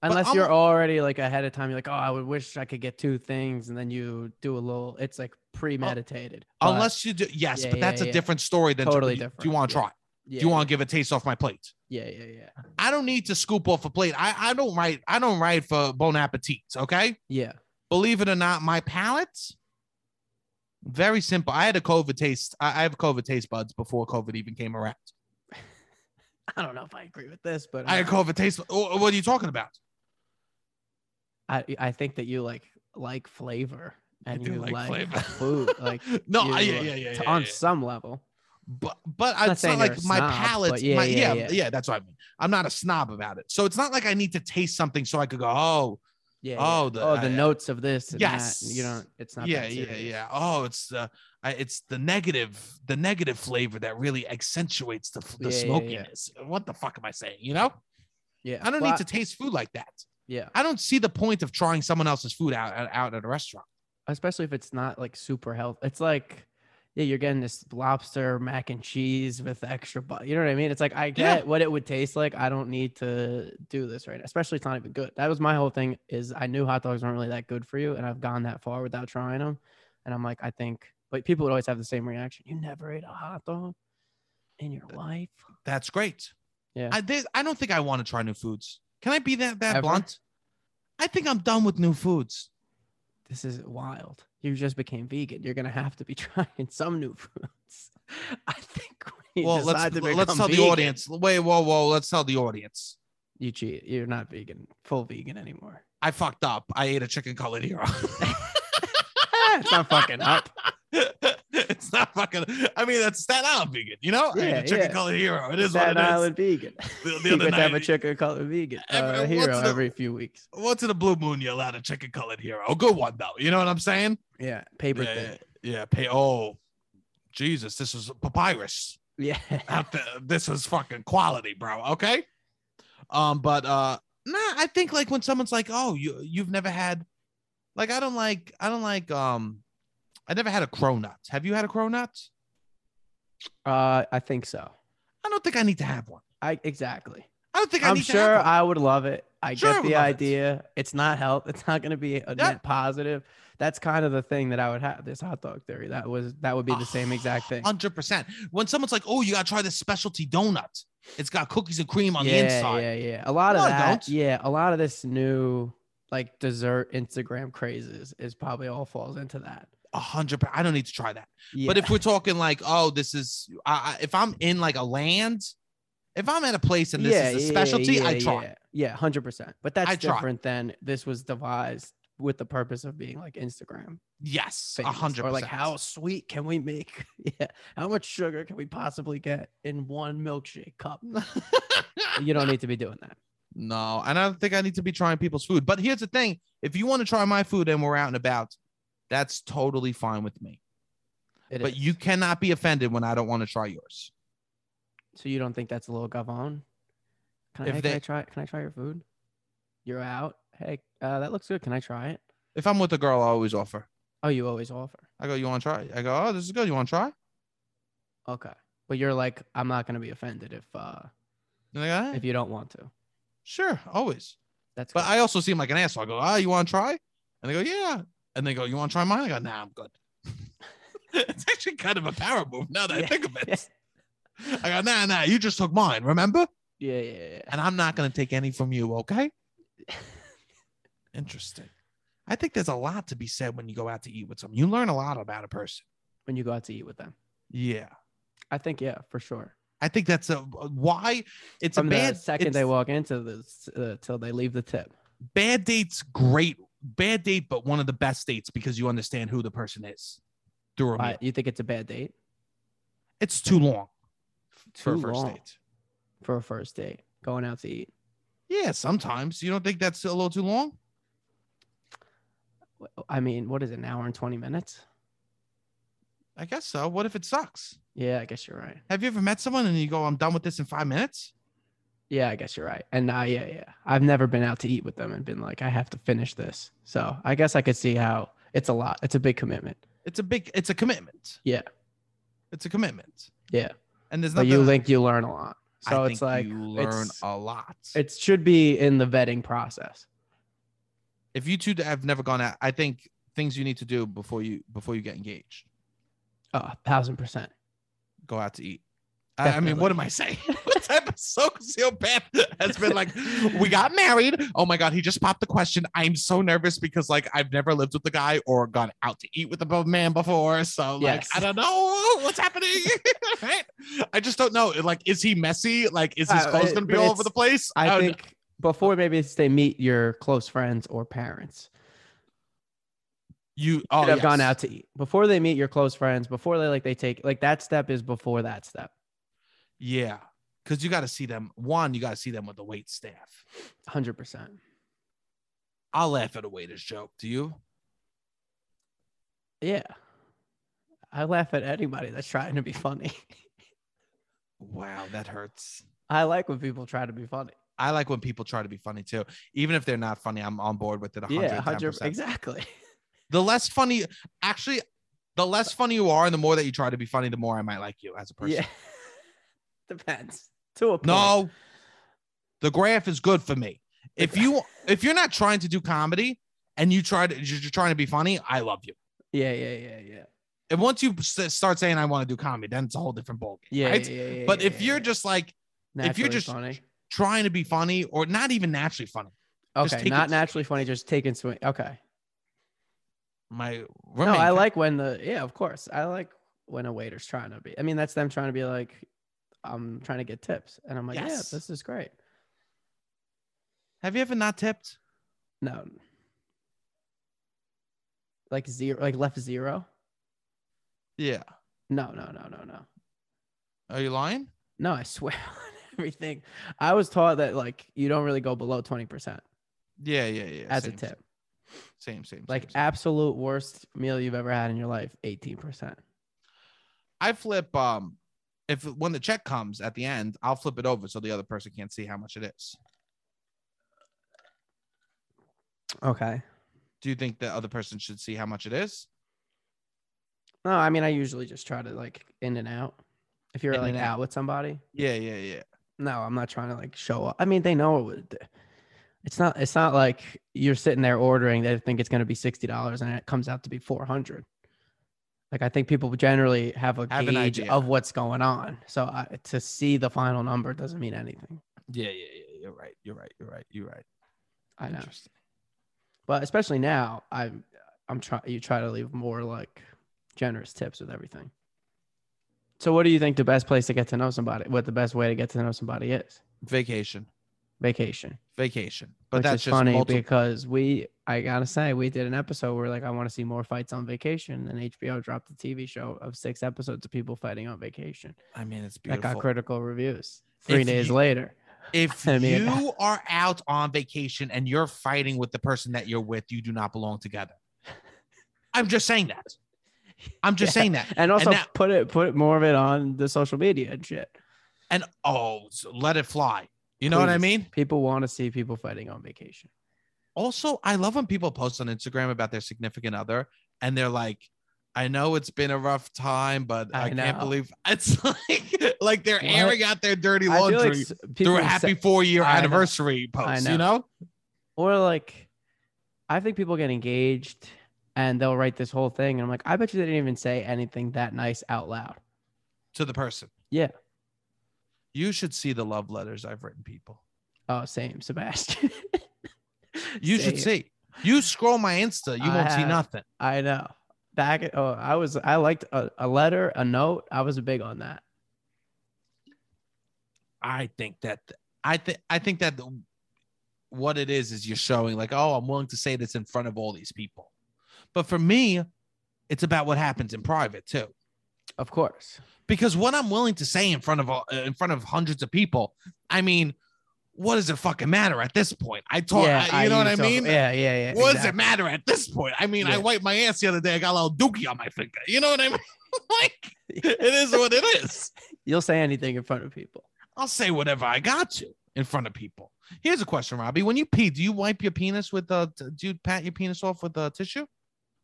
Speaker 1: But
Speaker 2: Unless
Speaker 1: I'm-
Speaker 2: you're already like ahead of time, you're like, oh, I would wish I could get two things, and then you do a little. It's like premeditated. but
Speaker 1: Uh, Unless you do, yes,
Speaker 2: Yeah,
Speaker 1: but that's
Speaker 2: yeah,
Speaker 1: a
Speaker 2: yeah.
Speaker 1: different story than
Speaker 2: Totally
Speaker 1: do you- Do you
Speaker 2: different,
Speaker 1: want to
Speaker 2: yeah.
Speaker 1: try?
Speaker 2: yeah,
Speaker 1: Do you want to give a taste off my plate?
Speaker 2: Yeah, yeah, yeah,
Speaker 1: I don't need to scoop off a plate. I, I don't write I don't write for bon appetit. Okay.
Speaker 2: yeah.
Speaker 1: Believe it or not, my palate very simple. I had a COVID taste. I, I have COVID taste buds before COVID even came around.
Speaker 2: I don't know if I agree with this, but
Speaker 1: I
Speaker 2: I
Speaker 1: had COVID taste. oh, what are you talking about?
Speaker 2: I, I think that you like like flavor and
Speaker 1: do
Speaker 2: you
Speaker 1: like
Speaker 2: like,
Speaker 1: flavor.
Speaker 2: food, like
Speaker 1: No,
Speaker 2: you,
Speaker 1: I, yeah,
Speaker 2: uh,
Speaker 1: yeah, yeah,
Speaker 2: to-
Speaker 1: yeah,
Speaker 2: on
Speaker 1: yeah.
Speaker 2: some level.
Speaker 1: But but
Speaker 2: not
Speaker 1: I, it's
Speaker 2: saying
Speaker 1: not
Speaker 2: you're
Speaker 1: like
Speaker 2: a
Speaker 1: my
Speaker 2: snob,
Speaker 1: palate.
Speaker 2: but yeah,
Speaker 1: my,
Speaker 2: yeah,
Speaker 1: yeah,
Speaker 2: yeah.
Speaker 1: That's what I mean. I'm not a snob about it. So it's not like I need to taste something so I could go. Oh,
Speaker 2: Yeah.
Speaker 1: Oh,
Speaker 2: yeah.
Speaker 1: the-
Speaker 2: oh, the
Speaker 1: I-
Speaker 2: notes of this. And yes. You
Speaker 1: Yes.
Speaker 2: don't. It's not.
Speaker 1: yeah,
Speaker 2: that
Speaker 1: yeah,
Speaker 2: serious.
Speaker 1: yeah. Oh, it's the I, it's the negative the negative flavor that really accentuates the f- the
Speaker 2: Yeah, yeah, yeah.
Speaker 1: smokiness. What the fuck am I saying? You know,
Speaker 2: Yeah.
Speaker 1: I don't
Speaker 2: Well,
Speaker 1: need to taste food like that.
Speaker 2: Yeah.
Speaker 1: I don't see the point of trying someone else's food out out, out at a restaurant.
Speaker 2: especially if it's not like super health. It's like, yeah, you're getting this lobster mac and cheese with extra but You know what I mean? It's like I get what it would taste like. I don't need to do this right now. Especially it's not even good. That was my whole thing. Is I knew hot dogs weren't really that good for you, and I've gone that far without trying them. And I'm like, I think, but people would always have the same reaction. You never ate a hot dog in your life.
Speaker 1: That's great.
Speaker 2: Yeah.
Speaker 1: I this, I don't think I want to try new foods. Can I be that that
Speaker 2: Ever?
Speaker 1: blunt? I think I'm done with new foods.
Speaker 2: This is wild. You just became vegan. You're gonna have to be trying some new foods. I think. When you
Speaker 1: well,
Speaker 2: decide
Speaker 1: let's
Speaker 2: to
Speaker 1: let's
Speaker 2: become
Speaker 1: tell the
Speaker 2: vegan-
Speaker 1: audience. Wait, whoa, whoa. Let's tell the audience.
Speaker 2: you cheat. You're not vegan, full vegan anymore.
Speaker 1: I fucked up. I ate a chicken colored hero.
Speaker 2: it's not fucking up.
Speaker 1: it's not fucking. I mean, that's Staten Island vegan. You know, I ate
Speaker 2: Yeah,
Speaker 1: a chicken
Speaker 2: yeah.
Speaker 1: colored hero. It is
Speaker 2: Staten
Speaker 1: what it is.
Speaker 2: Island vegan.
Speaker 1: The, the
Speaker 2: you
Speaker 1: other
Speaker 2: get to have a
Speaker 1: night-
Speaker 2: chicken called vegan
Speaker 1: Every-
Speaker 2: uh, hero
Speaker 1: once in a-
Speaker 2: every few weeks.
Speaker 1: Once in a blue moon, you're allowed a chicken colored hero. A good one though. You know what I'm saying?
Speaker 2: Yeah, paper
Speaker 1: yeah,
Speaker 2: thin.
Speaker 1: yeah, yeah, pay. Oh, Jesus, this was papyrus.
Speaker 2: Yeah,
Speaker 1: Out the- this was fucking quality, bro. Okay. Um, but uh, nah, I think like when someone's like, "Oh, you you've never had," like I don't like I don't like um, I never had a cronut. Have you had a cronut?
Speaker 2: uh, I think so.
Speaker 1: I don't think I need to have one.
Speaker 2: I exactly.
Speaker 1: I don't think I
Speaker 2: I'm
Speaker 1: need
Speaker 2: sure
Speaker 1: to have one.
Speaker 2: I would love it. I
Speaker 1: Sure I
Speaker 2: get
Speaker 1: would
Speaker 2: the
Speaker 1: love it.
Speaker 2: idea. It's not health. It's not going to be a net positive. That's kind of the thing that I would have. This hot dog theory. That was that would be the same exact thing.
Speaker 1: Hundred percent. When someone's like, "Oh, you gotta try this specialty donut. It's got cookies and cream on
Speaker 2: yeah,
Speaker 1: the inside."
Speaker 2: Yeah, yeah. A lot
Speaker 1: No,
Speaker 2: of
Speaker 1: I
Speaker 2: that.
Speaker 1: don't.
Speaker 2: Yeah, a lot of this new like dessert Instagram crazes is probably all falls into that.
Speaker 1: A hundred. per- I don't need to try that.
Speaker 2: Yeah.
Speaker 1: But if we're talking like, "Oh, this is," I, I, if I'm in like a land, if I'm at a place and this
Speaker 2: Yeah,
Speaker 1: is a
Speaker 2: yeah,
Speaker 1: specialty,
Speaker 2: yeah,
Speaker 1: I try.
Speaker 2: Yeah, yeah, hundred percent. But that's
Speaker 1: I try.
Speaker 2: different than this was devised with the purpose of being like Instagram.
Speaker 1: Yes, a
Speaker 2: famous,
Speaker 1: hundred.
Speaker 2: Or like
Speaker 1: percent.
Speaker 2: how sweet can we make? Yeah. How much sugar can we possibly get in one milkshake cup? you don't need to be doing that.
Speaker 1: No, and I don't think I need to be trying people's food. But here's the thing: if you want to try my food and we're out and about, that's totally fine with me.
Speaker 2: It
Speaker 1: but
Speaker 2: is.
Speaker 1: you cannot be offended when I don't want to try yours.
Speaker 2: So you don't think that's a little gavone? Can, I,
Speaker 1: If
Speaker 2: hey, can I
Speaker 1: they-
Speaker 2: try? Can I try your food? You're out. Hey, uh, that looks good. Can I try it?
Speaker 1: If I'm with a girl, I always offer.
Speaker 2: Oh, you always offer.
Speaker 1: I go, you want to try? I go, oh, this is good. You want to try?
Speaker 2: Okay, but you're like, I'm not gonna be offended if uh
Speaker 1: And I go, "Eh,
Speaker 2: if you don't want to.
Speaker 1: sure, always.
Speaker 2: That's
Speaker 1: But
Speaker 2: good.
Speaker 1: I also seem like an asshole. I go, ah, you want to try? And they go, yeah. And they go, you want to try mine? I go, nah, I'm good. it's actually kind of a power move now that I
Speaker 2: Yeah.
Speaker 1: think of it. I go, nah, nah, you just took mine, remember?
Speaker 2: yeah, yeah, yeah.
Speaker 1: And I'm not going to take any from you, okay? Interesting. I think there's a lot to be said when you go out to eat with someone. You learn a lot about a person.
Speaker 2: When you go out to eat with them,
Speaker 1: Yeah.
Speaker 2: I think yeah, for sure.
Speaker 1: I think that's a why it's
Speaker 2: From
Speaker 1: a
Speaker 2: the
Speaker 1: bad
Speaker 2: second
Speaker 1: it's-
Speaker 2: they walk into this uh, till they leave the tip.
Speaker 1: bad date's great bad date but one of the best dates because you understand who the person is through a
Speaker 2: Why-
Speaker 1: meal.
Speaker 2: you think it's a bad date
Speaker 1: It's too long for a
Speaker 2: Too
Speaker 1: first
Speaker 2: long
Speaker 1: date.
Speaker 2: for a first date? Going out to eat.
Speaker 1: Yeah, sometimes you don't think that's a little too long.
Speaker 2: Wh- I mean, what is it, an hour and twenty minutes?
Speaker 1: I guess so. What if it sucks?
Speaker 2: Yeah, I guess you're right.
Speaker 1: Have you ever met someone and you go, "I'm done with this in five minutes"?
Speaker 2: Yeah, I guess you're right. And uh, yeah, yeah. I've never been out to eat with them and been like, I have to finish this. So I guess I could see how it's a lot. It's a big commitment.
Speaker 1: It's a big, it's a commitment.
Speaker 2: Yeah.
Speaker 1: it's a commitment.
Speaker 2: Yeah.
Speaker 1: And there's
Speaker 2: But
Speaker 1: nothing.
Speaker 2: you think you learn a lot.
Speaker 1: I
Speaker 2: So
Speaker 1: think
Speaker 2: it's like,
Speaker 1: you learn
Speaker 2: it's-
Speaker 1: a lot.
Speaker 2: it should be in the vetting process.
Speaker 1: if you two have never gone out, I think things you need to do before you before you get engaged.
Speaker 2: Oh, a thousand percent.
Speaker 1: go out to eat. I, I mean, what am I saying? what type of sociopath has been like, we got married. Oh my God, he just popped the question. I'm so nervous because, like, I've never lived with a guy or gone out to eat with a man before. So, like,
Speaker 2: Yes.
Speaker 1: I don't know what's happening. right? I just don't know. Like, is he messy? Like, is his
Speaker 2: Uh,
Speaker 1: clothes
Speaker 2: it-
Speaker 1: going to be
Speaker 2: but
Speaker 1: all over
Speaker 2: it's-
Speaker 1: the place? Oh,
Speaker 2: I
Speaker 1: don't-
Speaker 2: think before maybe it's they meet your close friends or parents.
Speaker 1: you
Speaker 2: Oh,
Speaker 1: oh,
Speaker 2: have gone
Speaker 1: yes.
Speaker 2: out to eat before they meet your close friends. Before they like they take like that step is before that step.
Speaker 1: Yeah. Because you got to see them. One, you got to see them with the wait staff.
Speaker 2: Hundred percent.
Speaker 1: I'll laugh at a waiter's joke. Do you?
Speaker 2: Yeah. I laugh at anybody that's trying to be funny.
Speaker 1: Wow, that hurts.
Speaker 2: I like when people try to be funny.
Speaker 1: I like when people try to be funny too. Even if they're not funny, I'm on board with it 110%.
Speaker 2: Yeah, hundred exactly.
Speaker 1: The less funny, actually, the less funny you are and the more that you try to be funny, the more I might like you as a person.
Speaker 2: Yeah, depends to a point.
Speaker 1: No, the graph is good for me. If you if you're not trying to do comedy and you try to you're trying to be funny, I love you.
Speaker 2: Yeah, yeah, yeah, yeah,
Speaker 1: And once you s- start saying I want to do comedy, then it's a whole different ballgame.
Speaker 2: yeah.
Speaker 1: right?
Speaker 2: yeah, yeah, yeah,
Speaker 1: but if
Speaker 2: yeah,
Speaker 1: you're
Speaker 2: yeah.
Speaker 1: just like if
Speaker 2: Naturally
Speaker 1: you're just
Speaker 2: funny,
Speaker 1: trying to be funny or not even naturally funny, just
Speaker 2: okay,
Speaker 1: take
Speaker 2: not
Speaker 1: it-
Speaker 2: naturally funny, just taking swing. Okay,
Speaker 1: my
Speaker 2: no,
Speaker 1: roommate
Speaker 2: I like when the yeah, of course, I like when a waiter's trying to be. I mean, that's them trying to be like, I'm trying to get tips, and I'm like,
Speaker 1: Yes.
Speaker 2: yeah, this is great.
Speaker 1: Have you ever not tipped?
Speaker 2: No, like zero, like left zero.
Speaker 1: Yeah.
Speaker 2: No, no, no, no, no.
Speaker 1: Are you lying?
Speaker 2: No, I swear on everything. I was taught that like you don't really go below 20%
Speaker 1: Yeah, yeah, yeah.
Speaker 2: as
Speaker 1: same,
Speaker 2: a tip.
Speaker 1: Same, same. same,
Speaker 2: Like
Speaker 1: same.
Speaker 2: absolute worst meal you've ever had in your life, 18%.
Speaker 1: I flip um if when the check comes at the end, I'll flip it over so the other person can't see how much it is.
Speaker 2: Okay.
Speaker 1: Do you think the other person should see how much it is?
Speaker 2: No, I mean I usually just try to like in and out. If you're
Speaker 1: In
Speaker 2: like
Speaker 1: and out.
Speaker 2: out with somebody.
Speaker 1: Yeah, yeah, yeah.
Speaker 2: No, I'm not trying to like show up. I mean, they know it would it's not it's not like you're sitting there ordering they think it's gonna be sixty dollars and it comes out to be four hundred. Like I think people generally have a
Speaker 1: Have an
Speaker 2: gauge
Speaker 1: idea.
Speaker 2: of what's going on. So I, to see the final number doesn't mean anything.
Speaker 1: Yeah, yeah, yeah. You're right. You're right. You're right. You're right.
Speaker 2: I know.
Speaker 1: Interesting.
Speaker 2: But especially now, I'm I'm trying you try to leave more like generous tips with everything. So what do you think the best place to get to know somebody? What the best way to get to know somebody is?
Speaker 1: Vacation.
Speaker 2: Vacation.
Speaker 1: Vacation. But
Speaker 2: which
Speaker 1: that's
Speaker 2: is
Speaker 1: just
Speaker 2: funny
Speaker 1: multi-
Speaker 2: because we I gotta say, we did an episode where like I want to see more fights on vacation. And HBO dropped the TV show of six episodes of people fighting on vacation.
Speaker 1: I mean, it's
Speaker 2: That got
Speaker 1: beautiful.
Speaker 2: critical reviews. Three
Speaker 1: If
Speaker 2: days
Speaker 1: you-
Speaker 2: later.
Speaker 1: If
Speaker 2: I mean-
Speaker 1: you are out on vacation and you're fighting with the person that you're with, you do not belong together. I'm just saying that. I'm just
Speaker 2: Yeah.
Speaker 1: saying that.
Speaker 2: And also
Speaker 1: now-
Speaker 2: put it put more of it on the social media and shit.
Speaker 1: and oh, so let it fly. You know what I
Speaker 2: Please.
Speaker 1: mean?
Speaker 2: People want to see people fighting on vacation.
Speaker 1: Also, I love when people post on Instagram about their significant other and they're like, I know it's been a rough time, but I,
Speaker 2: I
Speaker 1: can't
Speaker 2: know.
Speaker 1: believe it's like like they're
Speaker 2: What?
Speaker 1: airing out their dirty
Speaker 2: I feel like
Speaker 1: laundry
Speaker 2: s- people
Speaker 1: through a
Speaker 2: se-
Speaker 1: happy four year
Speaker 2: I know.
Speaker 1: anniversary post,
Speaker 2: know.
Speaker 1: you know?
Speaker 2: or like I think people get engaged and they'll write this whole thing and I'm like, I bet you they didn't even say anything that nice out loud.
Speaker 1: To the person.
Speaker 2: Yeah.
Speaker 1: You should see the love letters I've written people.
Speaker 2: Oh, same, Sebastian.
Speaker 1: You should
Speaker 2: Same.
Speaker 1: see. You scroll my Insta, you
Speaker 2: I
Speaker 1: won't see
Speaker 2: have.
Speaker 1: nothing.
Speaker 2: I know. Back at, oh, I was I liked a, a letter, a note. I was big on that.
Speaker 1: I think that I think I think that the- what it is is you're showing like, oh, I'm willing to say this in front of all these people. But for me, it's about what happens in private too.
Speaker 2: Of course.
Speaker 1: Because what I'm willing to say in front of all- in front of hundreds of people, I mean, what does it fucking matter at this point? I talk, I- you know what I
Speaker 2: used to-
Speaker 1: mean?
Speaker 2: yeah, yeah, yeah.
Speaker 1: what does it
Speaker 2: exactly.
Speaker 1: matter at this point? I mean, I
Speaker 2: Yeah.
Speaker 1: wiped my ass the other day. I got a little dookie on my finger. You know what I mean? like, it is what it is.
Speaker 2: You'll say anything in front of people.
Speaker 1: I'll say whatever I got to in front of people. Here's a question, Robbie. When you pee, do you wipe your penis with uh, t- do you pat your penis off with uh, tissue,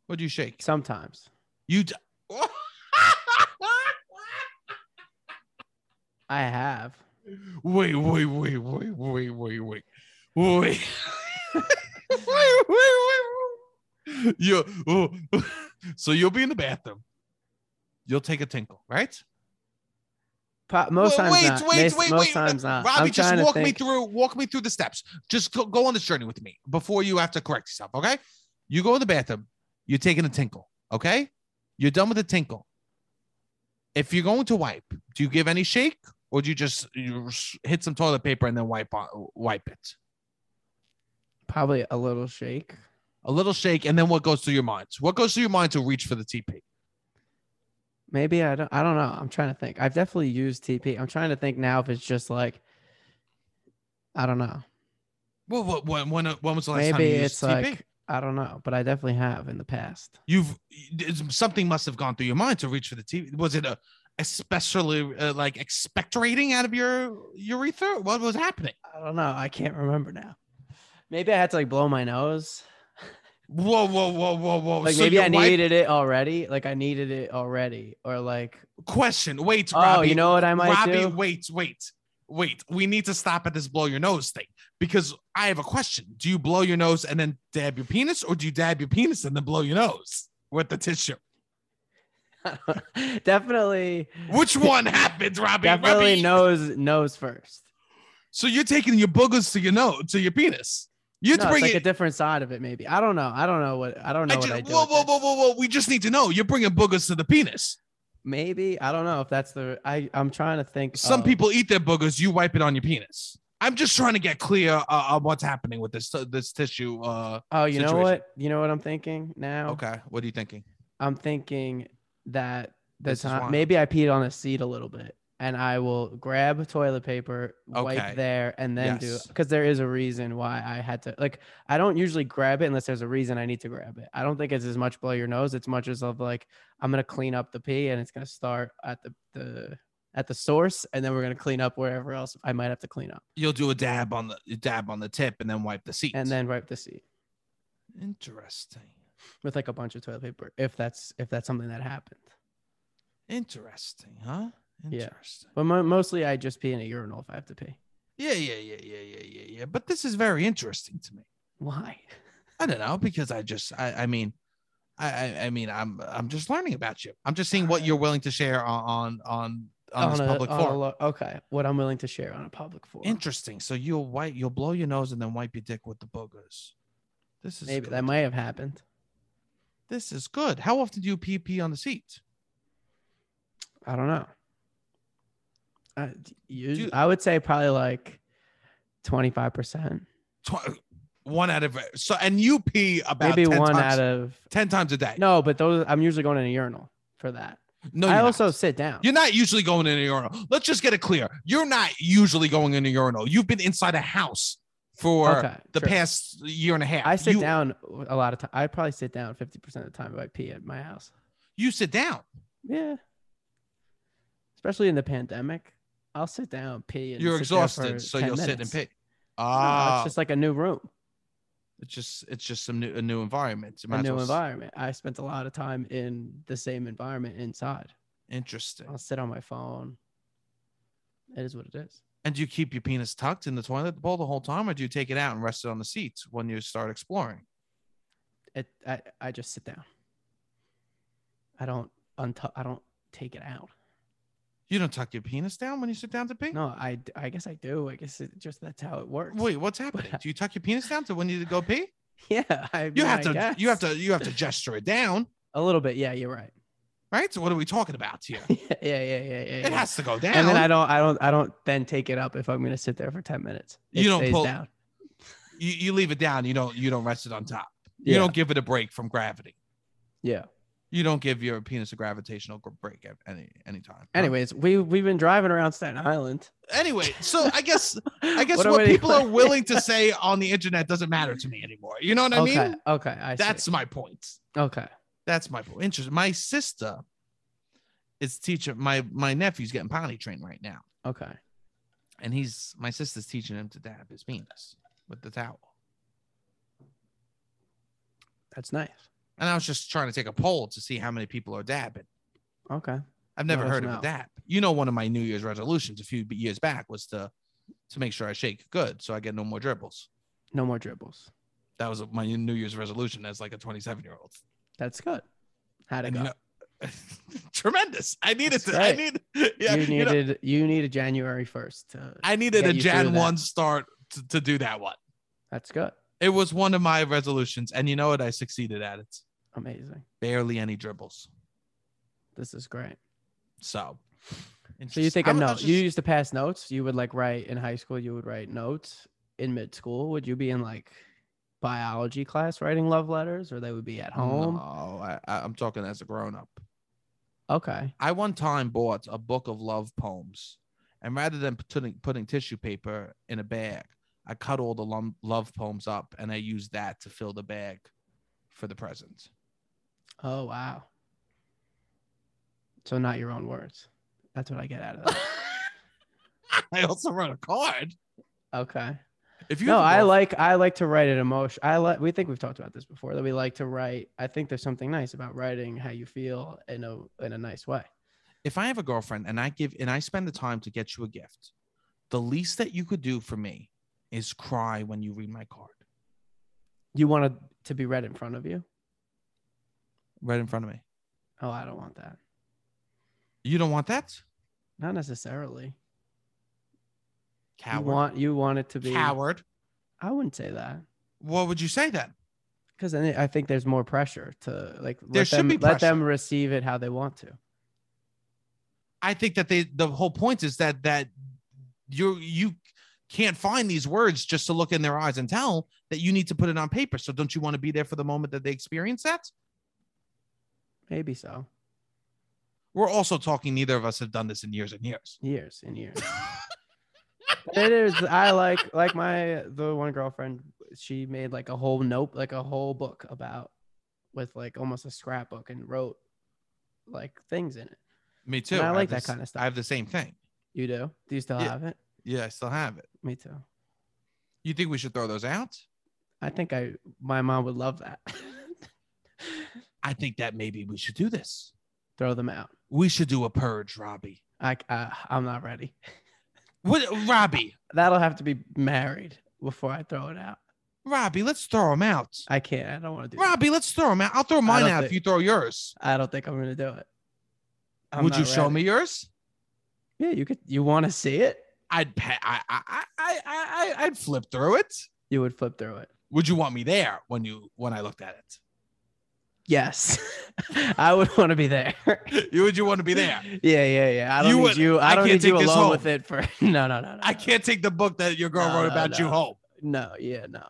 Speaker 1: or do you shake?
Speaker 2: Sometimes
Speaker 1: You. D-
Speaker 2: I have.
Speaker 1: wait, wait, wait, wait, wait, wait, wait, wait. wait, wait, wait, wait. You. oh. so you'll be in the bathroom. You'll take a tinkle, right?
Speaker 2: Po- most
Speaker 1: Well,
Speaker 2: times
Speaker 1: wait,
Speaker 2: not.
Speaker 1: wait,
Speaker 2: Mason,
Speaker 1: wait,
Speaker 2: most
Speaker 1: wait.
Speaker 2: times not.
Speaker 1: Robbie,
Speaker 2: I'm trying
Speaker 1: just
Speaker 2: to
Speaker 1: walk me
Speaker 2: think.
Speaker 1: through walk me through the steps. Just go, go on this journey with me before you have to correct yourself. Okay. You go in the bathroom, you're taking a tinkle. Okay. You're done with the tinkle. If you're going to wipe, do you give any shake or do you just you s- hit some toilet paper and then wipe on, wipe it?
Speaker 2: Probably a little shake.
Speaker 1: A little shake, and then what goes through your mind? What goes through your mind to reach for the TP?
Speaker 2: Maybe I don't. I don't know. I'm trying to think. I've definitely used TP. I'm trying to think now if it's just like, I don't know.
Speaker 1: Well, what, when, when, when was the last time you
Speaker 2: Maybe
Speaker 1: used
Speaker 2: it's
Speaker 1: TP?
Speaker 2: like I don't know, but I definitely have in the past.
Speaker 1: you've it's- something must have gone through your mind to reach for the TV. Was it a especially uh, like expectorating out of your urethra? What was happening?
Speaker 2: I don't know. I can't remember now. Maybe I had to like blow my nose.
Speaker 1: Whoa, whoa, whoa, whoa, whoa!
Speaker 2: Like
Speaker 1: Oh, so
Speaker 2: maybe
Speaker 1: your
Speaker 2: I
Speaker 1: wife-
Speaker 2: needed it already. Like I needed it already, or like
Speaker 1: question. Wait,
Speaker 2: oh,
Speaker 1: Robbie.
Speaker 2: you know what I might
Speaker 1: Robbie,
Speaker 2: do?
Speaker 1: wait, wait, wait. We need to stop at this blow your nose thing because I have a question. Do you blow your nose and then dab your penis, or do you dab your penis and then blow your nose with the tissue?
Speaker 2: definitely,
Speaker 1: Which one happens, Robbie?
Speaker 2: definitely
Speaker 1: Robbie?
Speaker 2: nose nose first.
Speaker 1: So you're taking your boogers to your nose to your penis. You're
Speaker 2: No, it's
Speaker 1: bringing
Speaker 2: like a different side of it. Maybe I don't know. I don't know what I don't know
Speaker 1: I
Speaker 2: what
Speaker 1: ju-
Speaker 2: I do.
Speaker 1: whoa,
Speaker 2: with
Speaker 1: whoa,
Speaker 2: it.
Speaker 1: whoa, whoa, whoa! We just need to know. You're bringing boogers to the penis.
Speaker 2: Maybe I don't know if that's the I. I'm trying to think.
Speaker 1: Some
Speaker 2: of-
Speaker 1: people eat their boogers. You wipe it on your penis. I'm just trying to get clear uh, on what's happening with this this tissue. Uh,
Speaker 2: Oh, you know
Speaker 1: situation.
Speaker 2: what? You know what I'm thinking now.
Speaker 1: okay, what are you thinking?
Speaker 2: I'm thinking that the
Speaker 1: This is why.
Speaker 2: time maybe I peed on a seat a little bit, and I will grab toilet paper,
Speaker 1: Okay.
Speaker 2: wipe there, and then do
Speaker 1: Yes.
Speaker 2: because there is a reason why I had to like. I don't usually grab it unless there's a reason I need to grab it. I don't think it's as much blow your nose. It's much as of like I'm gonna clean up the pee, and it's gonna start at the the at the source, and then we're gonna clean up wherever else I might have to clean up,
Speaker 1: You'll do a dab on the dab on the tip and then wipe the seat.
Speaker 2: and then wipe the seat.
Speaker 1: interesting,
Speaker 2: with like a bunch of toilet paper if that's if that's something that happened
Speaker 1: interesting, huh?
Speaker 2: Yeah.
Speaker 1: Interesting.
Speaker 2: but mo- mostly i just pee in a urinal if i have to pee
Speaker 1: Yeah, yeah, yeah, yeah, yeah, yeah, yeah. But this is very interesting to me.
Speaker 2: why
Speaker 1: I don't know because I just I I mean I I, I mean I'm I'm just learning about you. I'm just seeing what you're willing to share on on on, on this
Speaker 2: a-
Speaker 1: public
Speaker 2: on a
Speaker 1: forum.
Speaker 2: lo- okay what i'm willing to share on a public forum
Speaker 1: Interesting. So you'll wipe you'll blow your nose and then wipe your dick with the boogers. This is
Speaker 2: maybe
Speaker 1: good.
Speaker 2: that might have happened
Speaker 1: this is good. How often do you pee pee on the seat?
Speaker 2: i don't know I, you,
Speaker 1: Do-
Speaker 2: I would say probably like 25%
Speaker 1: Tw- one out of so and you pee about
Speaker 2: maybe
Speaker 1: 10
Speaker 2: one
Speaker 1: times,
Speaker 2: out of
Speaker 1: ten times a day.
Speaker 2: no but those i'm usually going in a urinal for that
Speaker 1: No,
Speaker 2: i
Speaker 1: you're
Speaker 2: also
Speaker 1: not.
Speaker 2: sit down
Speaker 1: You're not usually going in a urinal. Let's just get it clear. You're not usually going in a urinal. You've been inside a house for
Speaker 2: okay
Speaker 1: the
Speaker 2: sure.
Speaker 1: past year and a half.
Speaker 2: i sit
Speaker 1: You-
Speaker 2: down a lot of time i probably sit down 50% of the time if i pee at my house
Speaker 1: You sit down.
Speaker 2: Yeah. Especially in the pandemic. I'll sit down, pee. And
Speaker 1: You're
Speaker 2: sit there for
Speaker 1: exhausted, so
Speaker 2: 10
Speaker 1: you'll sit and
Speaker 2: minutes.
Speaker 1: pee.
Speaker 2: No,
Speaker 1: Ah,
Speaker 2: it's just like a new room,
Speaker 1: it's just it's just some new a new environment. You
Speaker 2: a
Speaker 1: might as
Speaker 2: new
Speaker 1: well s-
Speaker 2: environment. I spent a lot of time in the same environment inside.
Speaker 1: Interesting.
Speaker 2: I'll sit on my phone. It is what it is.
Speaker 1: And do you keep your penis tucked in the toilet bowl the whole time, or do you take it out and rest it on the seat when you start exploring?
Speaker 2: It. I. I just sit down. I don't untu- I don't take it out.
Speaker 1: You don't tuck your penis down when you sit down to pee.
Speaker 2: No, I. d- I guess I do. I guess it just that's how it works.
Speaker 1: Wait, what's happening? Do you tuck your penis down to when you go pee?
Speaker 2: Yeah. I
Speaker 1: You
Speaker 2: mean,
Speaker 1: have
Speaker 2: I
Speaker 1: to.
Speaker 2: guess.
Speaker 1: You have to. You have to gesture it down,
Speaker 2: a little bit. Yeah, you're right.
Speaker 1: right? So what are we talking about here?
Speaker 2: yeah, yeah, yeah, yeah.
Speaker 1: It
Speaker 2: yeah.
Speaker 1: has to go down.
Speaker 2: and then I don't, I don't, I don't then take it up if I'm gonna sit there for ten minutes. It
Speaker 1: You don't
Speaker 2: stays
Speaker 1: pull-
Speaker 2: down.
Speaker 1: you, you leave it down. You don't. You don't rest it on top. You
Speaker 2: Yeah.
Speaker 1: don't give it a break from gravity.
Speaker 2: Yeah.
Speaker 1: You don't give your penis a gravitational gr- break at any any time. huh?
Speaker 2: Anyways, we we've been driving around Staten Island.
Speaker 1: Anyway, so I guess I guess what,
Speaker 2: are we-
Speaker 1: people are willing to say on the internet doesn't matter to me anymore. You know what I
Speaker 2: okay,
Speaker 1: mean?
Speaker 2: okay, I see.
Speaker 1: That's my point.
Speaker 2: okay.
Speaker 1: That's my point. Interesting. My sister is teaching my my nephew's getting potty trained right now,
Speaker 2: Okay.
Speaker 1: and he's my sister's teaching him to dab his penis with the towel.
Speaker 2: That's nice.
Speaker 1: And I was just trying to take a poll to see how many people are dabbing.
Speaker 2: Okay.
Speaker 1: I've never
Speaker 2: Let us
Speaker 1: heard of
Speaker 2: know.
Speaker 1: a dab. You know, one of my New Year's resolutions a few b- years back was to to make sure I shake good so I get no more dribbles.
Speaker 2: No more dribbles.
Speaker 1: That was my New Year's resolution as like a 27 year old.
Speaker 2: That's good. How'd it
Speaker 1: And,
Speaker 2: go?
Speaker 1: you know, tremendous. I needed
Speaker 2: That's
Speaker 1: to. I
Speaker 2: great.
Speaker 1: need.
Speaker 2: You,
Speaker 1: Yeah, you know,
Speaker 2: needed you needed January first. To,
Speaker 1: I needed
Speaker 2: get
Speaker 1: a
Speaker 2: you through
Speaker 1: Jan
Speaker 2: that.
Speaker 1: one start to, to do that one.
Speaker 2: that's good.
Speaker 1: It was one of my resolutions, and you know what? I succeeded at it.
Speaker 2: Amazing.
Speaker 1: Barely any dribbles.
Speaker 2: This is great.
Speaker 1: So.
Speaker 2: So you take a
Speaker 1: I'm- I'm
Speaker 2: note.
Speaker 1: just-
Speaker 2: You used to pass notes. You would like write in high school. You would write notes in mid school. Would you be in like biology class writing love letters, or they would be at home?
Speaker 1: No, I, I- I'm talking as a grown up.
Speaker 2: Okay.
Speaker 1: I one time bought a book of love poems, and rather than putting putting tissue paper in a bag, I cut all the lum- love poems up and I used that to fill the bag for the present.
Speaker 2: Oh wow. So not your own words. That's what I get out of that.
Speaker 1: I also wrote a card.
Speaker 2: okay.
Speaker 1: If you
Speaker 2: No,
Speaker 1: have a
Speaker 2: I
Speaker 1: love-
Speaker 2: like I like to write an emotion. I like we think we've talked about this before that we like to write. I think there's something nice about writing how you feel in a in a nice way.
Speaker 1: if I have a girlfriend and I give and I spend the time to get you a gift, the least that you could do for me is cry when you read my card
Speaker 2: You want it to be read in front of you?
Speaker 1: right in front of me.
Speaker 2: Oh, I don't want that.
Speaker 1: You don't want that,
Speaker 2: Not necessarily.
Speaker 1: coward.
Speaker 2: You want you want it to be.
Speaker 1: coward.
Speaker 2: I wouldn't say that
Speaker 1: What would you say then?
Speaker 2: because then I think there's more pressure to like
Speaker 1: There
Speaker 2: let
Speaker 1: should
Speaker 2: them
Speaker 1: be
Speaker 2: let them receive it how they want to.
Speaker 1: I think that they the whole point is that that you you can't find these words just to look in their eyes and tell that you need to put it on paper. So don't you want to be there for the moment that they experience that?
Speaker 2: Maybe so.
Speaker 1: We're also talking neither of us have done this in years and years.
Speaker 2: Years and years. it is i like like my the one girlfriend she made like a whole note like a whole book about with like almost a scrapbook and wrote like things in it
Speaker 1: Me too.
Speaker 2: And I
Speaker 1: have
Speaker 2: like that
Speaker 1: this-
Speaker 2: kinda stuff.
Speaker 1: I have the same thing.
Speaker 2: you do do you still
Speaker 1: Yeah.
Speaker 2: have it
Speaker 1: Yeah, I still have it.
Speaker 2: me too
Speaker 1: You think we should throw those out?
Speaker 2: i think i my mom would love that
Speaker 1: I think that maybe we should do this.
Speaker 2: throw them out
Speaker 1: We should do a purge, Robbie.
Speaker 2: i uh, i'm not ready
Speaker 1: What, Robbie?
Speaker 2: that'll have to be married before i throw it out
Speaker 1: Robbie, let's throw them out.
Speaker 2: i can't i don't want to do that.
Speaker 1: Robbie, let's throw them out. I'll throw mine
Speaker 2: don't
Speaker 1: out
Speaker 2: think-
Speaker 1: if you throw yours.
Speaker 2: i don't think i'm gonna do it I'm
Speaker 1: Would you
Speaker 2: not
Speaker 1: show
Speaker 2: ready.
Speaker 1: me yours?
Speaker 2: yeah you could you want to see it
Speaker 1: I'd pa- I, I, I, I, I, I- I'd flip through it.
Speaker 2: you would flip through it
Speaker 1: Would you want me there when you when I looked at
Speaker 2: Yes, I would want to be there.
Speaker 1: it? You would you want to be there?
Speaker 2: Yeah, yeah, yeah. I don't
Speaker 1: You
Speaker 2: need
Speaker 1: would-
Speaker 2: you. I,
Speaker 1: I
Speaker 2: don't
Speaker 1: can't
Speaker 2: need you
Speaker 1: take this
Speaker 2: alone
Speaker 1: home.
Speaker 2: with it for. No, no, no, no.
Speaker 1: I
Speaker 2: no.
Speaker 1: can't take the book that your girl
Speaker 2: No,
Speaker 1: wrote
Speaker 2: no,
Speaker 1: about you
Speaker 2: no.
Speaker 1: home.
Speaker 2: No, yeah, no.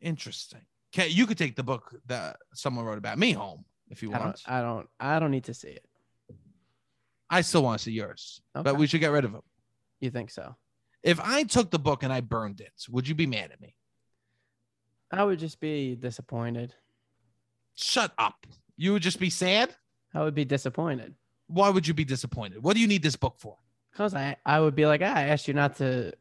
Speaker 1: Interesting. Okay, you could take the book that someone wrote about me home if you
Speaker 2: I don't.
Speaker 1: want. I,
Speaker 2: I don't. I don't need to see it.
Speaker 1: still want to see yours, but
Speaker 2: Okay.
Speaker 1: we should get rid of them.
Speaker 2: You think so?
Speaker 1: If I took the book and I burned it, would you be mad at me?
Speaker 2: I would just be disappointed.
Speaker 1: Shut up. You would just be sad.
Speaker 2: I would be disappointed.
Speaker 1: Why would you be disappointed? What do you need this book for?
Speaker 2: Because I, I would be like, "Ah, I asked you not to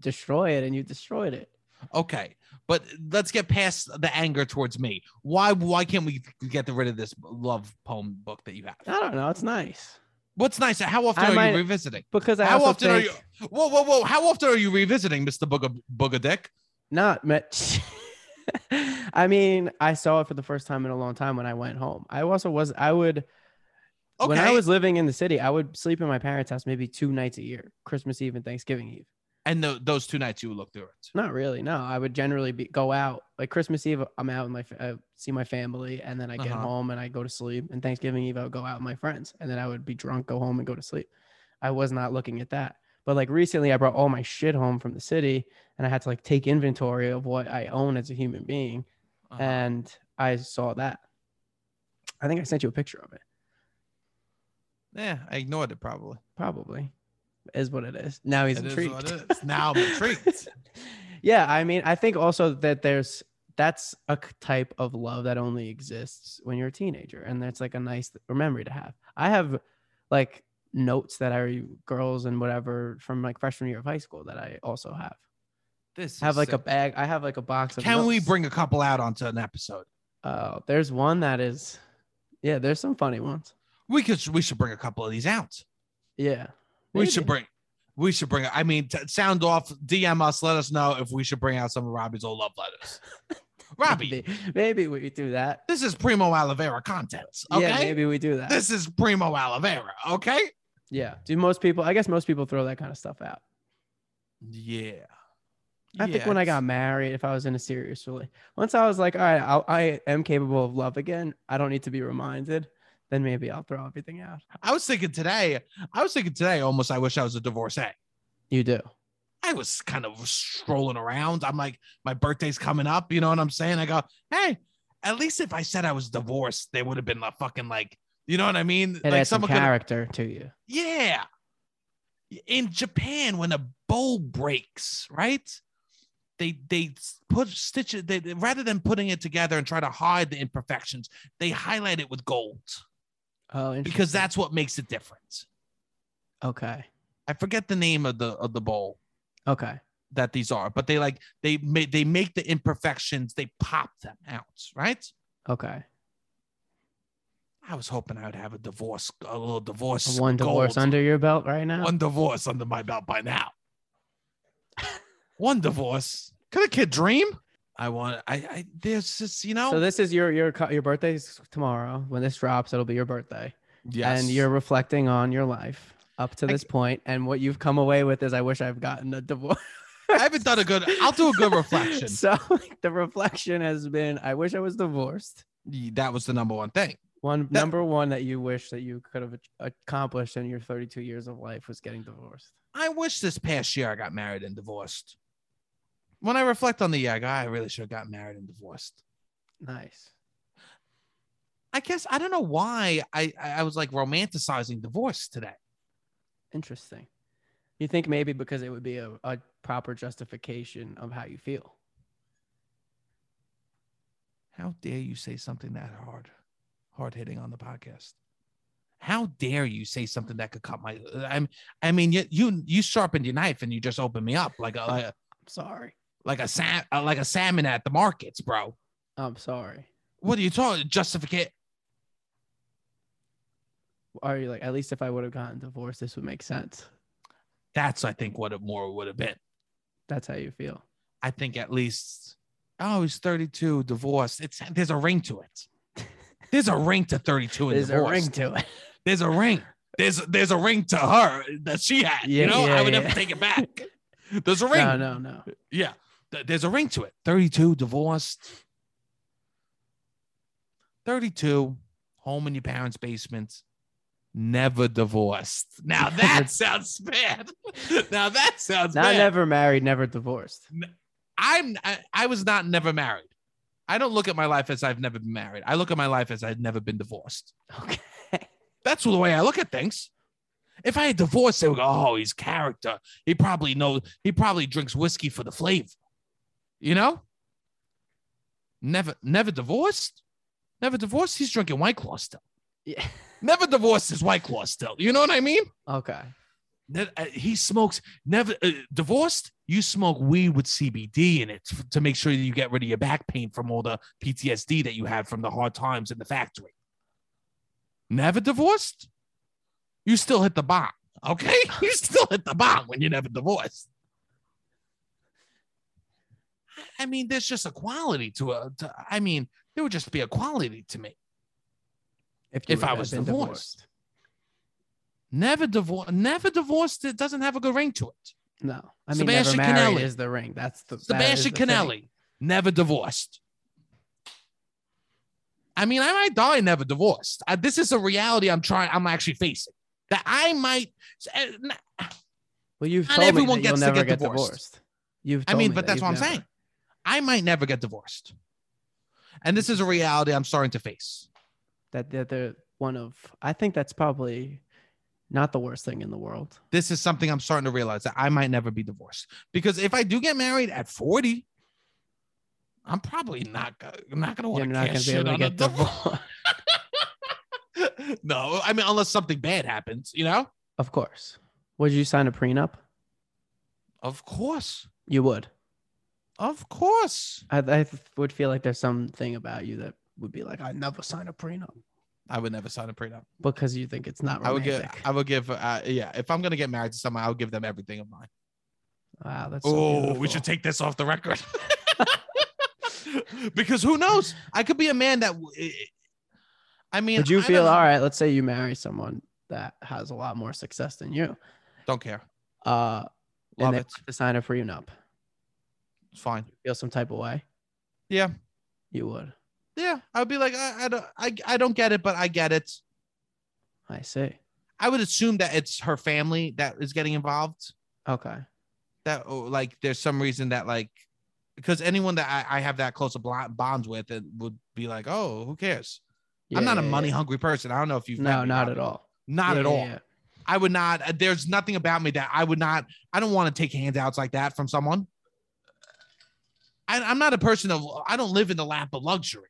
Speaker 2: destroy it and you destroyed it.
Speaker 1: Okay, but let's get past the anger towards me. Why why can't we get rid of this love poem book that you
Speaker 2: I
Speaker 1: have?
Speaker 2: don't know. It's nice.
Speaker 1: What's nice? How often
Speaker 2: I
Speaker 1: are
Speaker 2: might-
Speaker 1: you revisiting?
Speaker 2: Because I
Speaker 1: How
Speaker 2: also
Speaker 1: often are
Speaker 2: think-
Speaker 1: you? Whoa, whoa, whoa! How often are you revisiting, Mister Booga Booga Dick?
Speaker 2: Not much. I mean, I saw it for the first time in a long time when I went home. I also was, I would,
Speaker 1: Okay,
Speaker 2: when I was living in the city, I would sleep in my parents' house maybe two nights a year, Christmas Eve and Thanksgiving Eve.
Speaker 1: and tho- those two nights you looked through it.
Speaker 2: Not really. No, I would generally be, go out like Christmas Eve. I'm out and my fa- I see my family, and then I get
Speaker 1: Uh-huh.
Speaker 2: home and I go to sleep. And Thanksgiving Eve, I would go out with my friends, and then I would be drunk, go home, and go to sleep. I was not looking at that. But like recently, I brought all my shit home from the city, and I had to like take inventory of what I own as a human being,
Speaker 1: Uh-huh.
Speaker 2: and I saw that. I think I sent you a picture of it.
Speaker 1: yeah, I ignored it probably.
Speaker 2: Probably, is what it is. Now he's
Speaker 1: It is
Speaker 2: intrigued.
Speaker 1: what it is. Now I'm intrigued.
Speaker 2: yeah, I mean, I think also that there's that's a k- type of love that only exists when you're a teenager, and that's like a nice memory to have. I have like notes that I girls and whatever from like freshman year of high school that I also have.
Speaker 1: This
Speaker 2: I have
Speaker 1: is
Speaker 2: like a
Speaker 1: sick.
Speaker 2: bag. I have like a box of.
Speaker 1: Can we
Speaker 2: notes.
Speaker 1: bring a couple out onto an episode?
Speaker 2: Oh, there's one that is. Yeah, there's some funny ones.
Speaker 1: We could. We should bring a couple of these out.
Speaker 2: Yeah.
Speaker 1: We should
Speaker 2: Maybe.
Speaker 1: bring. We should bring. I mean, t- sound off. DM us. Let us know if we should bring out some of Robbie's old love letters. Robbie,
Speaker 2: Maybe, maybe we do that.
Speaker 1: this is primo Olivera content. Okay,
Speaker 2: Yeah, maybe we do that.
Speaker 1: this is primo Olivera. Okay.
Speaker 2: Yeah. Do most people, I guess most people throw that kind of stuff out.
Speaker 1: Yeah.
Speaker 2: I think when I got married, if I was in a serious relationship, once I was like, all right, I'll, I am capable of love again, I don't need to be reminded, then maybe I'll throw everything out.
Speaker 1: I was thinking today. I was thinking today. Almost, I wish I was a divorcee.
Speaker 2: You do.
Speaker 1: I was kind of strolling around. I'm like, my birthday's coming up. You know what I'm saying? I go, hey, at least if I said I was divorced, they would have been like fucking like, you know what I mean?
Speaker 2: It
Speaker 1: like
Speaker 2: adds some
Speaker 1: could've-
Speaker 2: character to you.
Speaker 1: Yeah. In Japan, when a bow breaks, right? They they put stitch it they, rather than putting it together and try to hide the imperfections, they highlight it with gold
Speaker 2: Oh, interesting.
Speaker 1: because that's what makes it different.
Speaker 2: okay.
Speaker 1: I forget the name of the of the bowl
Speaker 2: Okay.
Speaker 1: that these are, but they like they make they make the imperfections, they pop them out, right?
Speaker 2: Okay.
Speaker 1: I was hoping I would have a divorce, a little divorce,
Speaker 2: One
Speaker 1: gold.
Speaker 2: divorce under your belt right now.
Speaker 1: one divorce under my belt by now. one divorce. Could a kid dream? I want. I. I there's just you know.
Speaker 2: So this is your your co- your birthday's tomorrow. When this drops, it'll be your birthday.
Speaker 1: yes.
Speaker 2: and you're reflecting on your life up to
Speaker 1: I-
Speaker 2: this point and what you've come away with is i wish i've gotten a divorce
Speaker 1: I haven't done a good. I'll do a good reflection.
Speaker 2: so like, the reflection has been i wish i was divorced
Speaker 1: that was the number one thing.
Speaker 2: one
Speaker 1: That-
Speaker 2: number one that you wish that you could have ac- accomplished in your 32 years of life was getting divorced
Speaker 1: I wish this past year I got married and divorced. When I reflect on the year, I go, I really should have got married and divorced.
Speaker 2: nice
Speaker 1: I guess I don't know why I I I was like romanticizing divorce today.
Speaker 2: interesting you think maybe because it would be a, a proper justification of how you feel
Speaker 1: How dare you say something that hard, hard hitting on the podcast? How dare you say something that could cut my? I'm, I mean, you you you sharpened your knife and you just opened me up like a like a
Speaker 2: i'm sorry
Speaker 1: like a, sa- uh, like a salmon at the markets, bro.
Speaker 2: i'm sorry
Speaker 1: What are you talking? Justificate?
Speaker 2: are you like at least if i would have gotten divorced this would make sense
Speaker 1: That's I think what it more would have been.
Speaker 2: that's how you feel
Speaker 1: I think at least oh he's 32, divorced. It's there's a ring to it. There's a ring to 32 and
Speaker 2: there's a
Speaker 1: divorce.
Speaker 2: ring to it
Speaker 1: There's a ring. There's there's a ring to her that she had.
Speaker 2: Yeah,
Speaker 1: you know,
Speaker 2: yeah,
Speaker 1: I would
Speaker 2: yeah.
Speaker 1: never take it back. There's a ring.
Speaker 2: no no no
Speaker 1: Yeah, th- there's a ring to it. 32, divorced. 32, home in your parents' basement, never divorced. Now that sounds bad. now that sounds
Speaker 2: Not
Speaker 1: bad.
Speaker 2: never married, never divorced.
Speaker 1: I'm I, I was not never married. I don't look at my life as I've never been married. I look at my life as I've never been divorced.
Speaker 2: Okay.
Speaker 1: That's the way I look at things. If I had divorced, they would go, "Oh, he's character. He probably knows. He probably drinks whiskey for the flavor." You know. Never, never divorced. Never divorced. He's drinking White Claw still.
Speaker 2: Yeah.
Speaker 1: Never divorced is White Claw still. You know what I mean?
Speaker 2: Okay.
Speaker 1: Ne- uh, He smokes never uh, divorced. You smoke weed with CBD in it f- to make sure that you get rid of your back pain from all the PTSD that you had from the hard times in the factory. Never divorced. You still hit the bottom. Okay, you still hit the bottom when you're never divorced. I- I mean, there's just a quality to a. To, I mean, there would just be a quality to me.
Speaker 2: you
Speaker 1: If I
Speaker 2: had
Speaker 1: was
Speaker 2: been
Speaker 1: divorced. Never divorced. Never divorced. It doesn't have a good ring to it.
Speaker 2: No, I mean,
Speaker 1: Sebastian
Speaker 2: never married
Speaker 1: Canelli.
Speaker 2: is the ring. That's the that is
Speaker 1: Sebastian
Speaker 2: the thing.
Speaker 1: Canelli, never divorced. I mean, I might die never divorced. I, this is a reality I'm trying. I'm actually facing that I might. eh, n-
Speaker 2: Well, you've
Speaker 1: Not
Speaker 2: told me
Speaker 1: everyone
Speaker 2: that
Speaker 1: gets
Speaker 2: you'll
Speaker 1: to
Speaker 2: never get
Speaker 1: get divorced.
Speaker 2: divorced. You've.
Speaker 1: I
Speaker 2: told
Speaker 1: mean,
Speaker 2: me
Speaker 1: but
Speaker 2: that
Speaker 1: that's
Speaker 2: you've
Speaker 1: what I'm
Speaker 2: never.
Speaker 1: saying. I might never get divorced, and this is a reality I'm starting to face.
Speaker 2: That that they're one of. I think that's probably not the worst thing in the world.
Speaker 1: This is something I'm starting to realize that I might never be divorced because if I do get married at 40, I'm probably not go- not gonna want
Speaker 2: You're
Speaker 1: to
Speaker 2: not
Speaker 1: cash
Speaker 2: going to be
Speaker 1: in
Speaker 2: able to
Speaker 1: on a
Speaker 2: get divorced.
Speaker 1: divorce. no, I mean unless something bad happens, you know.
Speaker 2: of course. Would you sign a prenup?
Speaker 1: Of course.
Speaker 2: You would.
Speaker 1: Of course.
Speaker 2: I, I would feel like there's something about you that would be like, I never sign a prenup
Speaker 1: I would never sign a prenup.
Speaker 2: because you think it's not
Speaker 1: I would
Speaker 2: romantic.
Speaker 1: give I would give uh, yeah, if I'm going to get married to someone, I would give them everything of mine.
Speaker 2: wow, that's.
Speaker 1: oh, we should take this off the record. because who knows? I could be a man that w- I mean,
Speaker 2: Would you
Speaker 1: I
Speaker 2: feel
Speaker 1: don't,
Speaker 2: all right? Let's say you marry someone that has a lot more success than you.
Speaker 1: don't care.
Speaker 2: Uh,
Speaker 1: Love
Speaker 2: and they
Speaker 1: it.
Speaker 2: want to sign a prenup.
Speaker 1: It's fine.
Speaker 2: Feel some type of way.
Speaker 1: Yeah.
Speaker 2: You would.
Speaker 1: Yeah, I would be like I, I don't I, I don't get it, but I get it.
Speaker 2: I see.
Speaker 1: I would assume that it's her family that is getting involved.
Speaker 2: Okay.
Speaker 1: that oh, like there's some reason that like because anyone that I, I have that close a bl- bonds with it would be like oh who cares
Speaker 2: Yeah,
Speaker 1: i'm not a
Speaker 2: yeah,
Speaker 1: money
Speaker 2: yeah.
Speaker 1: hungry person i don't know if you've met
Speaker 2: No,
Speaker 1: me,
Speaker 2: not
Speaker 1: Rob.
Speaker 2: at all.
Speaker 1: not
Speaker 2: Yeah,
Speaker 1: at
Speaker 2: yeah,
Speaker 1: all
Speaker 2: yeah.
Speaker 1: i would not uh, there's nothing about me that i would not i don't want to take handouts like that from someone I, i'm not a person of i don't live in the lap of luxury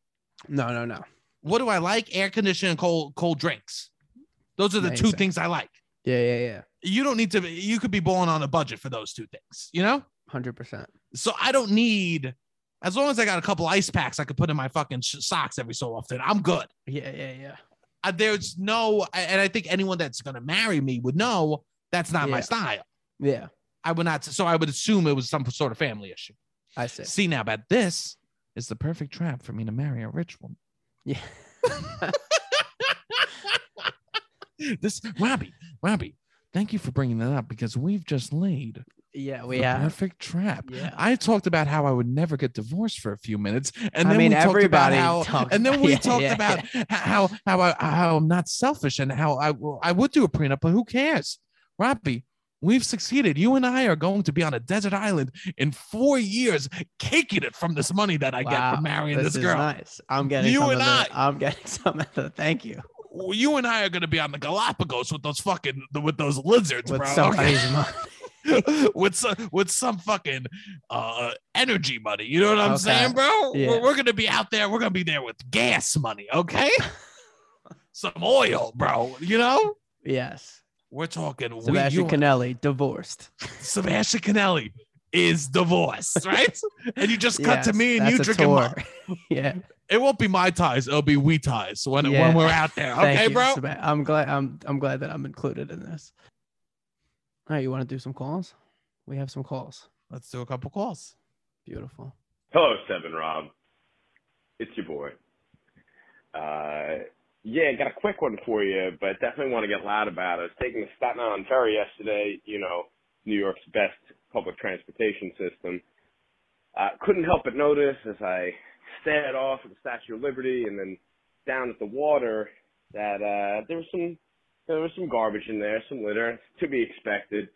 Speaker 2: No, no, no.
Speaker 1: what do i like air conditioning and cold cold drinks those are the two
Speaker 2: Amazing.
Speaker 1: things i like
Speaker 2: Yeah, yeah, yeah.
Speaker 1: you don't need to be- you could be balling on a budget for those two things you know
Speaker 2: Hundred percent.
Speaker 1: So I don't need, as long as I got a couple ice packs I could put in my fucking sh- socks every so often, I'm good.
Speaker 2: Yeah, yeah, yeah.
Speaker 1: Uh, there's no, I- and I think anyone that's going to marry me would know that's not my
Speaker 2: Yeah.
Speaker 1: style.
Speaker 2: Yeah.
Speaker 1: I would not, so I would assume it was some sort of family issue.
Speaker 2: I see.
Speaker 1: See now, but this is the perfect trap for me to marry a rich woman.
Speaker 2: Yeah.
Speaker 1: This, Robbie, Robbie, thank you for bringing that up because we've just laid
Speaker 2: Oh, Yeah,
Speaker 1: the
Speaker 2: we have.
Speaker 1: perfect trap.
Speaker 2: Yeah.
Speaker 1: I talked about how I would never get divorced for a few minutes, and
Speaker 2: I
Speaker 1: then
Speaker 2: mean,
Speaker 1: we talked about
Speaker 2: everybody
Speaker 1: how,
Speaker 2: talks
Speaker 1: and then
Speaker 2: about-
Speaker 1: we
Speaker 2: yeah,
Speaker 1: talked
Speaker 2: yeah,
Speaker 1: about how how I, how I'm not selfish and how I w- I would do a prenup, but who cares? Robbie, we've succeeded. You and I are going to be on a desert island in four years, caking it from this money that I get
Speaker 2: Wow,
Speaker 1: from marrying this,
Speaker 2: is
Speaker 1: girl.
Speaker 2: nice. I'm getting
Speaker 1: You
Speaker 2: some
Speaker 1: and
Speaker 2: of the, I'm getting some of the thank you
Speaker 1: You and I are going to be on the Galapagos with those fucking with those lizards,
Speaker 2: with
Speaker 1: bro.
Speaker 2: somebody's money.
Speaker 1: with some with some fucking uh energy money. You know what I'm
Speaker 2: Okay.
Speaker 1: saying, bro?
Speaker 2: Yeah.
Speaker 1: We're, we're gonna be out there. We're gonna be there with gas money, okay? some oil, bro. You know,
Speaker 2: Yes.
Speaker 1: we're talking.
Speaker 2: Sebastian
Speaker 1: we, you,
Speaker 2: Canelli divorced.
Speaker 1: Sebastian Canelli is divorced, right? and you just cut to
Speaker 2: Yes,
Speaker 1: me and you
Speaker 2: that's a
Speaker 1: drinking.
Speaker 2: tour.
Speaker 1: My,
Speaker 2: yeah.
Speaker 1: it won't be my ties. It'll be we ties when
Speaker 2: Yeah.
Speaker 1: when we're out there,
Speaker 2: Thank
Speaker 1: okay,
Speaker 2: you,
Speaker 1: bro?
Speaker 2: Seba- I'm glad I'm I'm glad that I'm included in this. All right, you want to do some calls? We have some calls.
Speaker 1: Let's do a couple calls.
Speaker 2: Beautiful.
Speaker 3: Hello, Seven Rob. It's your boy. Uh, yeah, got a quick one for you, but definitely want to get loud about it. I was taking the Staten Island Ferry yesterday, you know, New York's best public transportation system. Uh, couldn't help but notice as I stared off at the Statue of Liberty and then down at the water that uh, there was some there was some garbage in there, some litter, to be expected.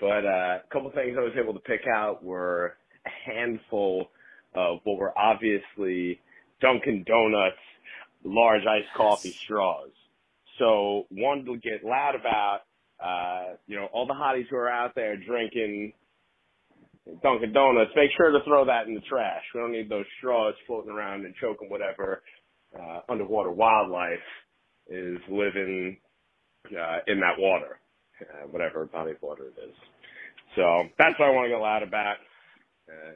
Speaker 3: But uh, a couple things I was able to pick out were a handful of what were obviously Dunkin' Donuts large iced coffee straws. So wanted to get loud about, uh, you know, all the hotties who are out there drinking Dunkin' Donuts. Make sure to throw that in the trash. We don't need those straws floating around and choking whatever uh, underwater wildlife is living uh, in that water. uh, whatever body of water it is. So that's what I want to get loud about. Uh,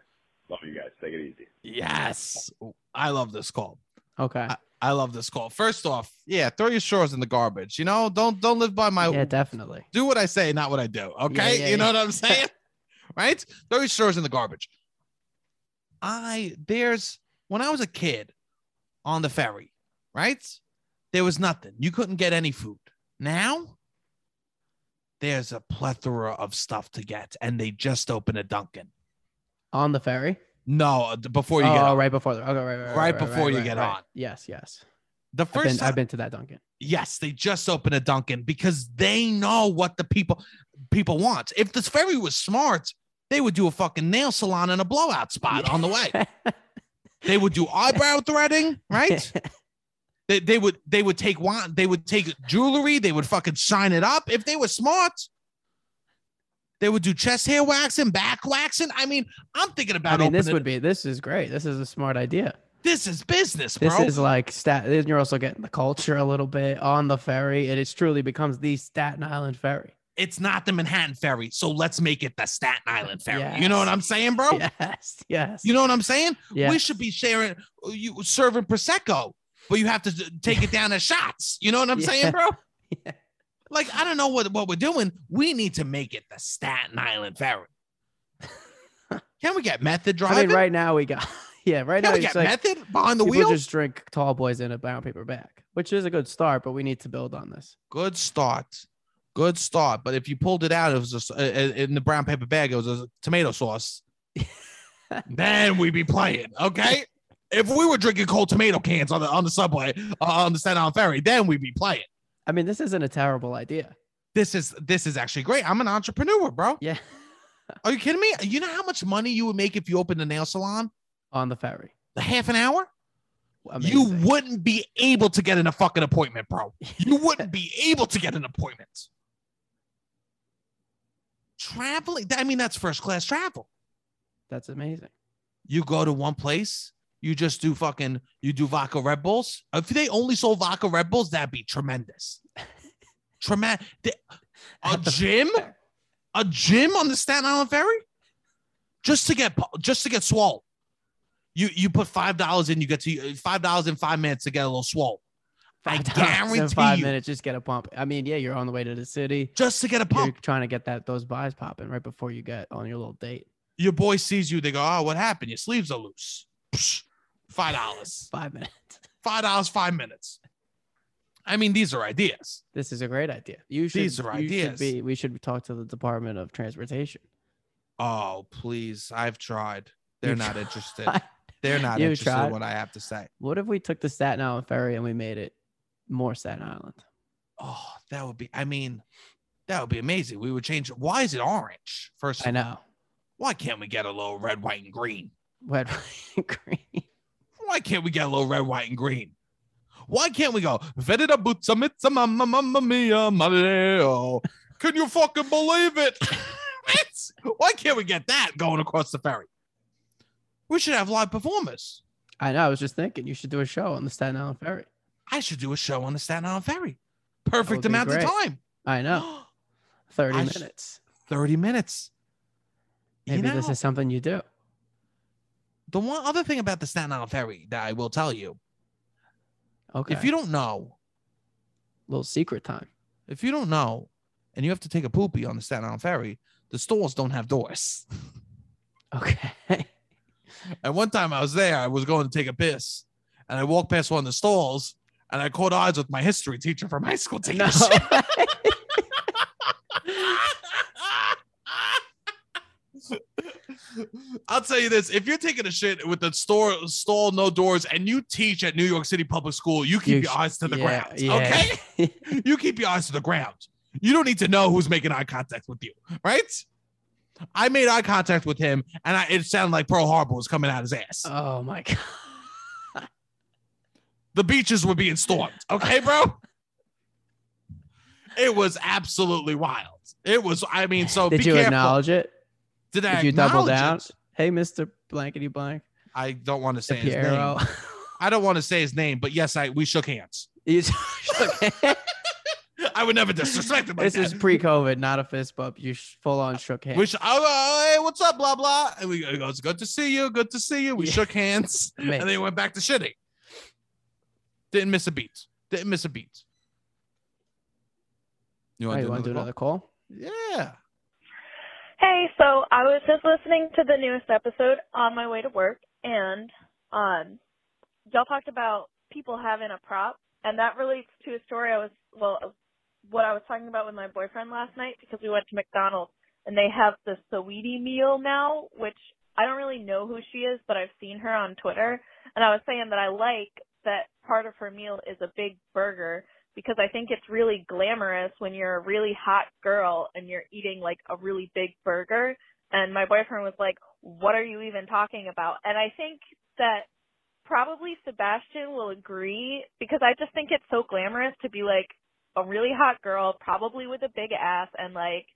Speaker 3: love you guys. Take it easy.
Speaker 1: Yes. I love this call.
Speaker 2: Okay.
Speaker 1: I love this call. First off, yeah, throw your shores in the garbage. You know, don't don't live by my
Speaker 2: yeah, definitely.
Speaker 1: do what I say, not what I do. Okay.
Speaker 2: yeah,
Speaker 1: you know
Speaker 2: yeah.
Speaker 1: what I'm saying? right? Throw your shores in the garbage. I, there's, when I was a kid on the ferry, right? There was nothing. You couldn't get any food. Now, there's a plethora of stuff to get, and they just opened a Dunkin'.
Speaker 2: On the ferry.
Speaker 1: No, before you
Speaker 2: oh,
Speaker 1: get
Speaker 2: oh,
Speaker 1: on.
Speaker 2: right before the okay, right, right, right,
Speaker 1: Right before you get on.
Speaker 2: Yes, yes.
Speaker 1: The
Speaker 2: i I've
Speaker 1: 1st
Speaker 2: been, I've been to that Duncan.
Speaker 1: Yes, they just opened a Dunkin' because they know what the people people want. If this ferry was smart, they would do a fucking nail salon and a blowout spot on the way. They would do eyebrow threading, right? They, they would they would take wine, they would take jewelry, they would fucking shine it up. If they were smart, they would do chest hair waxing, back waxing. I mean, I'm thinking
Speaker 2: I
Speaker 1: about
Speaker 2: mean, this
Speaker 1: opening-
Speaker 2: would be this is great. This is a smart idea.
Speaker 1: this is business, bro.
Speaker 2: This is like stat. Then you're also getting the culture a little bit on the ferry. It is truly becomes the Staten Island ferry.
Speaker 1: it's not the Manhattan ferry, so let's make it the Staten Island ferry. You know what
Speaker 2: Yes.
Speaker 1: I'm saying, bro?
Speaker 2: Yes, yes.
Speaker 1: You know what I'm saying?
Speaker 2: yes.
Speaker 1: We should be sharing, uh, you serving prosecco, but you have to d- take it down as shots. You know what I'm
Speaker 2: Yeah.
Speaker 1: saying, bro?
Speaker 2: Yeah.
Speaker 1: Like I don't know what what we're doing. We need to make it the Staten Island Ferry. Can we get method
Speaker 2: I
Speaker 1: driving?
Speaker 2: mean, right now we got yeah. Right
Speaker 1: Can
Speaker 2: now
Speaker 1: we
Speaker 2: it's
Speaker 1: get
Speaker 2: like
Speaker 1: method behind the
Speaker 2: people
Speaker 1: wheel?
Speaker 2: just drink tall boys in a brown paper bag, which is a good start, but we need to build on this.
Speaker 1: Good start, good start. But if you pulled it out, it was just, uh, uh, in the brown paper bag. It was a tomato sauce. then we'd be playing, okay? If we were drinking cold tomato cans on the on the subway uh, on the Staten Island Ferry, then we'd be playing.
Speaker 2: I mean, this isn't a terrible idea.
Speaker 1: this is this is actually great. I'm an entrepreneur, bro.
Speaker 2: Yeah,
Speaker 1: Are you kidding me? You know how much money you would make if you opened a nail salon?
Speaker 2: on the ferry.
Speaker 1: A half an hour?
Speaker 2: Amazing.
Speaker 1: You wouldn't be able to get an a fucking appointment, bro. You wouldn't be able to get an appointment. Traveling, I mean, that's first class travel.
Speaker 2: That's amazing.
Speaker 1: You go to one place, you just do fucking, you do vodka Red Bulls. If they only sold vodka Red Bulls, that'd be tremendous. Tremendous. A
Speaker 2: At the
Speaker 1: gym?
Speaker 2: fair.
Speaker 1: a gym on the Staten Island Ferry just to get pu- just to get swole. You you put five dollars in, you get to five dollars in five minutes to get a little swole. I
Speaker 2: Five dollars in
Speaker 1: guarantee
Speaker 2: five
Speaker 1: you.
Speaker 2: minutes, just get a pump. I mean, yeah, you're on the way to the city.
Speaker 1: Just to get a pump.
Speaker 2: You're trying to get that those buys popping right before you get on your little date.
Speaker 1: Your boy sees you, they go, Oh, what happened? Your sleeves are loose. Psh, five dollars.
Speaker 2: Five minutes.
Speaker 1: Five dollars, five minutes. I mean, these are ideas.
Speaker 2: This is a great idea. You should.
Speaker 1: These are
Speaker 2: you should
Speaker 1: ideas.
Speaker 2: be- we should talk to the Department of Transportation.
Speaker 1: Oh, please. I've tried. They're
Speaker 2: You
Speaker 1: not
Speaker 2: tried.
Speaker 1: interested. They're not
Speaker 2: You
Speaker 1: interested
Speaker 2: tried.
Speaker 1: in what I have to say.
Speaker 2: What if we took the Staten Island ferry and we made it more Staten Island?
Speaker 1: Oh, that would be, I mean, that would be amazing. We would change it. Why is it orange? First of
Speaker 2: I know.
Speaker 1: Why can't we get a little red, white, and green?
Speaker 2: Red, white, and green.
Speaker 1: Why can't we get a little red, white, and green? Why can't we go? Vedida butsa mitsa mamma mamma mia maleo. Can you fucking believe it? Right? Why can't we get that going across the ferry? We should have live performers.
Speaker 2: I know. I was just thinking you should do a show on the Staten Island ferry.
Speaker 1: I should do a show on the Staten Island Ferry.
Speaker 2: would
Speaker 1: Perfect
Speaker 2: be
Speaker 1: amount
Speaker 2: great.
Speaker 1: of time.
Speaker 2: I know. Thirty
Speaker 1: I sh-
Speaker 2: minutes.
Speaker 1: 30 minutes. You
Speaker 2: Maybe this
Speaker 1: know-
Speaker 2: is something you do.
Speaker 1: the one other thing about the Staten Island Ferry that I will tell you,
Speaker 2: Okay.
Speaker 1: if you don't know,
Speaker 2: little secret time.
Speaker 1: if you don't know and you have to take a poopy on the Staten Island Ferry, the stores don't have doors.
Speaker 2: Okay.
Speaker 1: And one time I was there, I was going to take a piss and I walked past one of the stalls and I caught eyes with my history teacher from high school. Teacher.
Speaker 2: No.
Speaker 1: I'll tell you this: if you're taking a shit with the store stall no doors, and you teach at New York City Public School, you keep
Speaker 2: You
Speaker 1: your
Speaker 2: sh-
Speaker 1: eyes to the
Speaker 2: yeah,
Speaker 1: ground.
Speaker 2: yeah.
Speaker 1: Okay, you keep your eyes to the ground. You don't need to know who's making eye contact with you, right? I made eye contact with him, and I, it sounded like Pearl Harbor was coming out his ass.
Speaker 2: Oh my god.
Speaker 1: the beaches were being stormed. Okay, bro. it was absolutely wild. It was. I mean, so
Speaker 2: Did
Speaker 1: Oh, be
Speaker 2: you
Speaker 1: careful.
Speaker 2: acknowledge it?
Speaker 1: Did I
Speaker 2: Did you double
Speaker 1: acknowledge
Speaker 2: down?
Speaker 1: it?
Speaker 2: Hey, Mr. Blankety Blank.
Speaker 1: I don't want to say his
Speaker 2: Piero.
Speaker 1: name. I don't want to say his name, but yes, I we shook hands.
Speaker 2: You shook hands.
Speaker 1: I would never disrespect him. Like
Speaker 2: This is
Speaker 1: that.
Speaker 2: pre-COVID, not a fist bump. You sh- full on shook hands.
Speaker 1: Which I, oh, hey, what's up, blah blah, and we go, it's good to see you, good to see you. We
Speaker 2: Yeah.
Speaker 1: shook hands,
Speaker 2: Mate.
Speaker 1: and they went back to shitting. Didn't miss a beat. Didn't miss a beat. You
Speaker 2: Oh,
Speaker 1: want
Speaker 2: you want to do another call?
Speaker 1: Yeah.
Speaker 4: Hey, so I was just listening to the newest episode on my way to work, and um, y'all talked about people having a prop, and that relates to a story I was well, what I was talking about with my boyfriend last night because we went to McDonald's and they have the Saweetie meal now, which I don't really know who she is, but I've seen her on Twitter, and I was saying that I like that part of her meal is a big burger because I think it's really glamorous when you're a really hot girl and you're eating like a really big burger. And my boyfriend was like, What are you even talking about? And I think that probably Sebastian will agree because I just think it's so glamorous to be like a really hot girl, probably with a big ass and like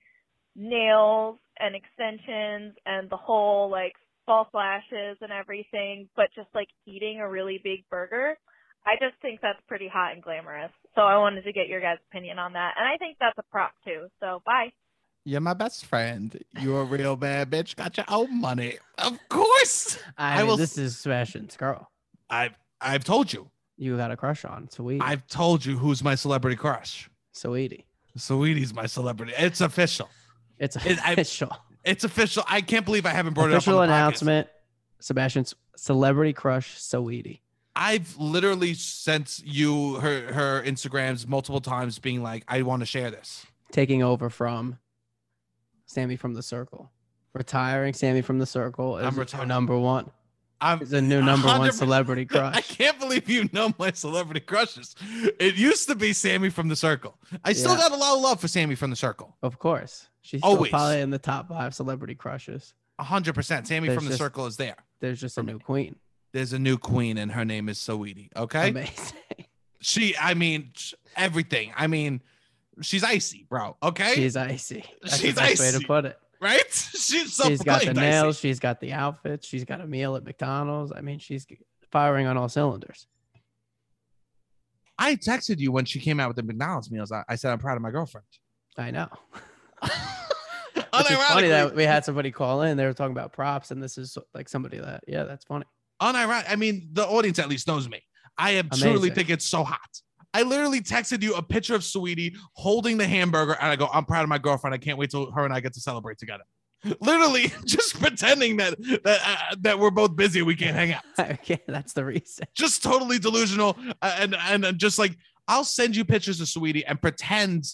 Speaker 4: nails and extensions and the whole like false lashes and everything, but just like eating a really big burger. I just think that's pretty hot and glamorous. So I wanted to get your guys' opinion on that. And I think that's a prop too. So bye.
Speaker 1: You're my best friend. You're a real bad bitch. Got your own money. Of course.
Speaker 2: I,
Speaker 1: I
Speaker 2: mean,
Speaker 1: will
Speaker 2: This is Sebastian's girl.
Speaker 1: I've I've told you.
Speaker 2: You got a crush on Saweetie.
Speaker 1: I've told you who's my celebrity crush.
Speaker 2: Saweetie.
Speaker 1: Saweetie's my celebrity. It's official.
Speaker 2: It's
Speaker 1: It- I-
Speaker 2: official.
Speaker 1: It's official. I can't believe I haven't brought it
Speaker 2: official
Speaker 1: up. on the podcast.
Speaker 2: announcement. Sebastian's celebrity crush Saweetie.
Speaker 1: I've literally sent you her her Instagrams multiple times, being like, I want to share this.
Speaker 2: taking over from Sammy from the Circle. Retiring Sammy from the Circle is
Speaker 1: I'm
Speaker 2: I'm
Speaker 1: retiring.
Speaker 2: number one.
Speaker 1: I'm.
Speaker 2: Is a new number one
Speaker 1: 100%
Speaker 2: celebrity
Speaker 1: I
Speaker 2: crush.
Speaker 1: can't believe you know my celebrity crushes. It used to be Sammy from the Circle. I still
Speaker 2: Yeah.
Speaker 1: got a lot of love for Sammy from the Circle.
Speaker 2: Of course, she's still
Speaker 1: Always.
Speaker 2: probably in the top five celebrity crushes.
Speaker 1: hundred percent. Sammy
Speaker 2: There's
Speaker 1: from the
Speaker 2: just-
Speaker 1: Circle is there.
Speaker 2: There's just
Speaker 1: For
Speaker 2: a
Speaker 1: me.
Speaker 2: new queen.
Speaker 1: There's a new queen, and her name is Saweetie. Okay,
Speaker 2: Amazing.
Speaker 1: she. I mean, sh- everything. I mean, she's icy, bro. Okay,
Speaker 2: She's icy. That's
Speaker 1: She's
Speaker 2: the best way
Speaker 1: icy.
Speaker 2: to put it.
Speaker 1: right? She's so
Speaker 2: She's got the
Speaker 1: proclaimed
Speaker 2: nails. She's got the outfits. She's got a meal at McDonald's. I mean, she's firing on all cylinders.
Speaker 1: I texted you when she came out with the McDonald's meals. I, I said I'm proud of my girlfriend.
Speaker 2: I know. Which is funny that
Speaker 1: unironically,
Speaker 2: we had somebody call in. They were talking about props, and this is like somebody that yeah, that's funny.
Speaker 1: unironic. I mean, the audience at least knows me. I am truly
Speaker 2: Amazing.
Speaker 1: think it's so hot. I literally texted you a picture of Sweetie holding the hamburger, and I go, "I'm proud of my girlfriend. I can't wait till her and I get to celebrate together." Literally, just pretending that that uh, that we're both busy, we can't hang out.
Speaker 2: okay, that's the reason.
Speaker 1: Just totally delusional, uh, and and uh, just like I'll send you pictures of Sweetie and pretend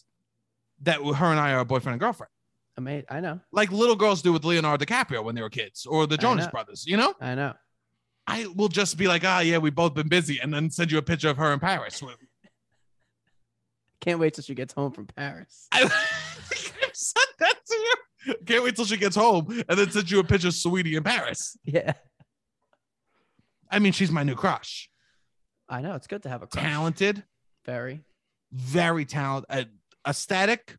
Speaker 1: that her and I are boyfriend and girlfriend.
Speaker 2: I mean, I know,
Speaker 1: like little girls do with Leonardo DiCaprio when they were kids or the Jonas
Speaker 2: know.
Speaker 1: Brothers, you know?
Speaker 2: I know.
Speaker 1: I will just be like, ah, yeah, we've both been busy, and then send you a picture of her in Paris.
Speaker 2: Can't wait till she gets home from Paris.
Speaker 1: I sent that to you. Can't wait till she gets home and then send you a picture of Sweetie in Paris.
Speaker 2: Yeah,
Speaker 1: I mean, she's my new crush.
Speaker 2: I know. It's good to have a crush.
Speaker 1: Talented,
Speaker 2: Very.
Speaker 1: very talented, aesthetic.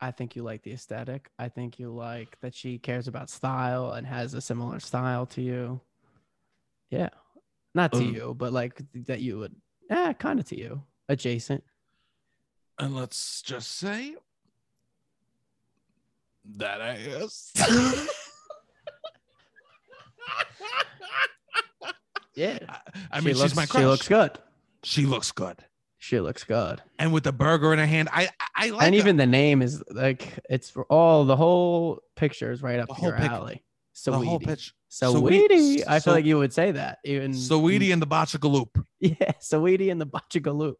Speaker 2: I think you like the aesthetic. I think you like that she cares about style and has a similar style to you. Yeah, not to
Speaker 1: Mm.
Speaker 2: you, but like that you would. Yeah, kind of to you, adjacent.
Speaker 1: And let's just say that I is.
Speaker 2: Yeah.
Speaker 1: I, I mean,
Speaker 2: she looks,
Speaker 1: she's my crush.
Speaker 2: She looks good.
Speaker 1: She looks good.
Speaker 2: She looks good.
Speaker 1: and with the burger in her hand. I I, I like
Speaker 2: and
Speaker 1: her.
Speaker 2: even the name is like it's for all the whole picture is right up
Speaker 1: The whole
Speaker 2: your
Speaker 1: pic-
Speaker 2: alley.
Speaker 1: the
Speaker 2: So
Speaker 1: whole pitch.
Speaker 2: Saweetie. I
Speaker 1: So-
Speaker 2: feel like you would say that. Even
Speaker 1: Saweetie and the Bachagaloop.
Speaker 2: Yeah, Saweetie and the Bachigaloop.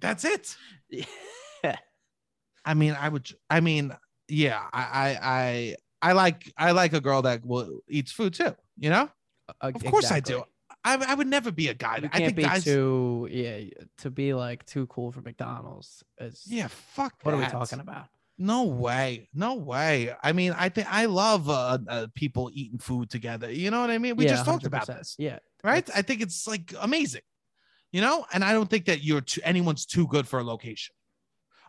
Speaker 1: That's it.
Speaker 2: Yeah. e-,
Speaker 1: I mean, I would. I mean, yeah. I I I, I like I like a girl that will eats food too. You know, of course I do. I I would never be a guy.
Speaker 2: You
Speaker 1: I
Speaker 2: can't
Speaker 1: think
Speaker 2: be
Speaker 1: guys.
Speaker 2: too yeah to be like too cool for McDonald's. Is,
Speaker 1: yeah, fuck.
Speaker 2: What are we
Speaker 1: that.
Speaker 2: talking about?
Speaker 1: No way. No way. I mean, I think I love uh, uh, people eating food together. You know what I mean? We
Speaker 2: Yeah,
Speaker 1: just talked about
Speaker 2: 100%.
Speaker 1: this.
Speaker 2: Yeah,
Speaker 1: right?
Speaker 2: That's-
Speaker 1: I think it's like amazing, you know. And I don't think that you're too, anyone's too good for a location.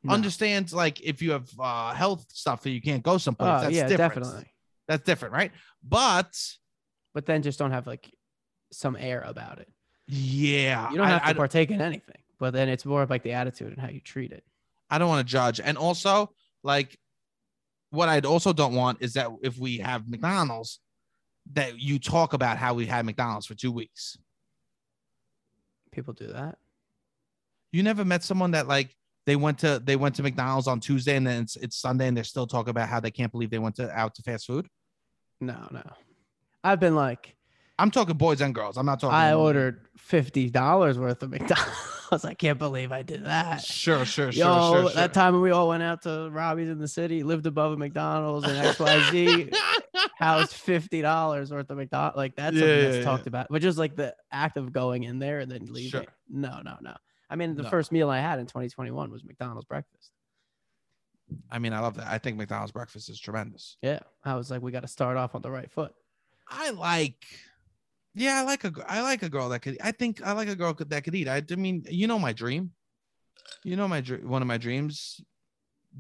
Speaker 2: no.
Speaker 1: Understand, like if you have uh, health stuff that you can't go someplace,
Speaker 2: Oh,
Speaker 1: that's
Speaker 2: yeah,
Speaker 1: different.
Speaker 2: definitely.
Speaker 1: That's different, right? But
Speaker 2: But then just don't have like some air about it.
Speaker 1: yeah,
Speaker 2: You don't
Speaker 1: I,
Speaker 2: have to
Speaker 1: Uh, I,
Speaker 2: partake in anything. But then it's more of like the attitude and how you treat it.
Speaker 1: I don't want to judge. And also, like, what I'd also don't want is that if we have McDonald's, that you talk about how we had McDonald's for two weeks.
Speaker 2: People do that.
Speaker 1: You never met someone that like they went to they went to McDonald's on Tuesday and then it's, it's Sunday and they're still talking about how they can't believe they went to out to fast food.
Speaker 2: No, no. I've been like,
Speaker 1: I'm talking boys and girls. I'm not talking.
Speaker 2: I ordered fifty dollars worth of McDonald's. I can't believe I did that.
Speaker 1: Sure, sure, sure,
Speaker 2: Yo,
Speaker 1: sure. sure.
Speaker 2: that time when we all went out to Robbie's in the city, lived above a McDonald's and XYZ, housed fifty dollars worth of McDonald's. Like that's something
Speaker 1: Yeah,
Speaker 2: that's
Speaker 1: yeah,
Speaker 2: talked about. But just like the act of going in there and then leaving.
Speaker 1: Sure.
Speaker 2: No, no, no. I mean, the
Speaker 1: No.
Speaker 2: first meal I had in 2021 was McDonald's breakfast.
Speaker 1: I mean, I love that. I think McDonald's breakfast is tremendous.
Speaker 2: Yeah, I was like, we got to start off on the right foot.
Speaker 1: I like, yeah, I like a, gr- I like a girl that could. I think I like a girl could, that could eat. I, d- mean, you know my dream, you know my dr- one of my dreams,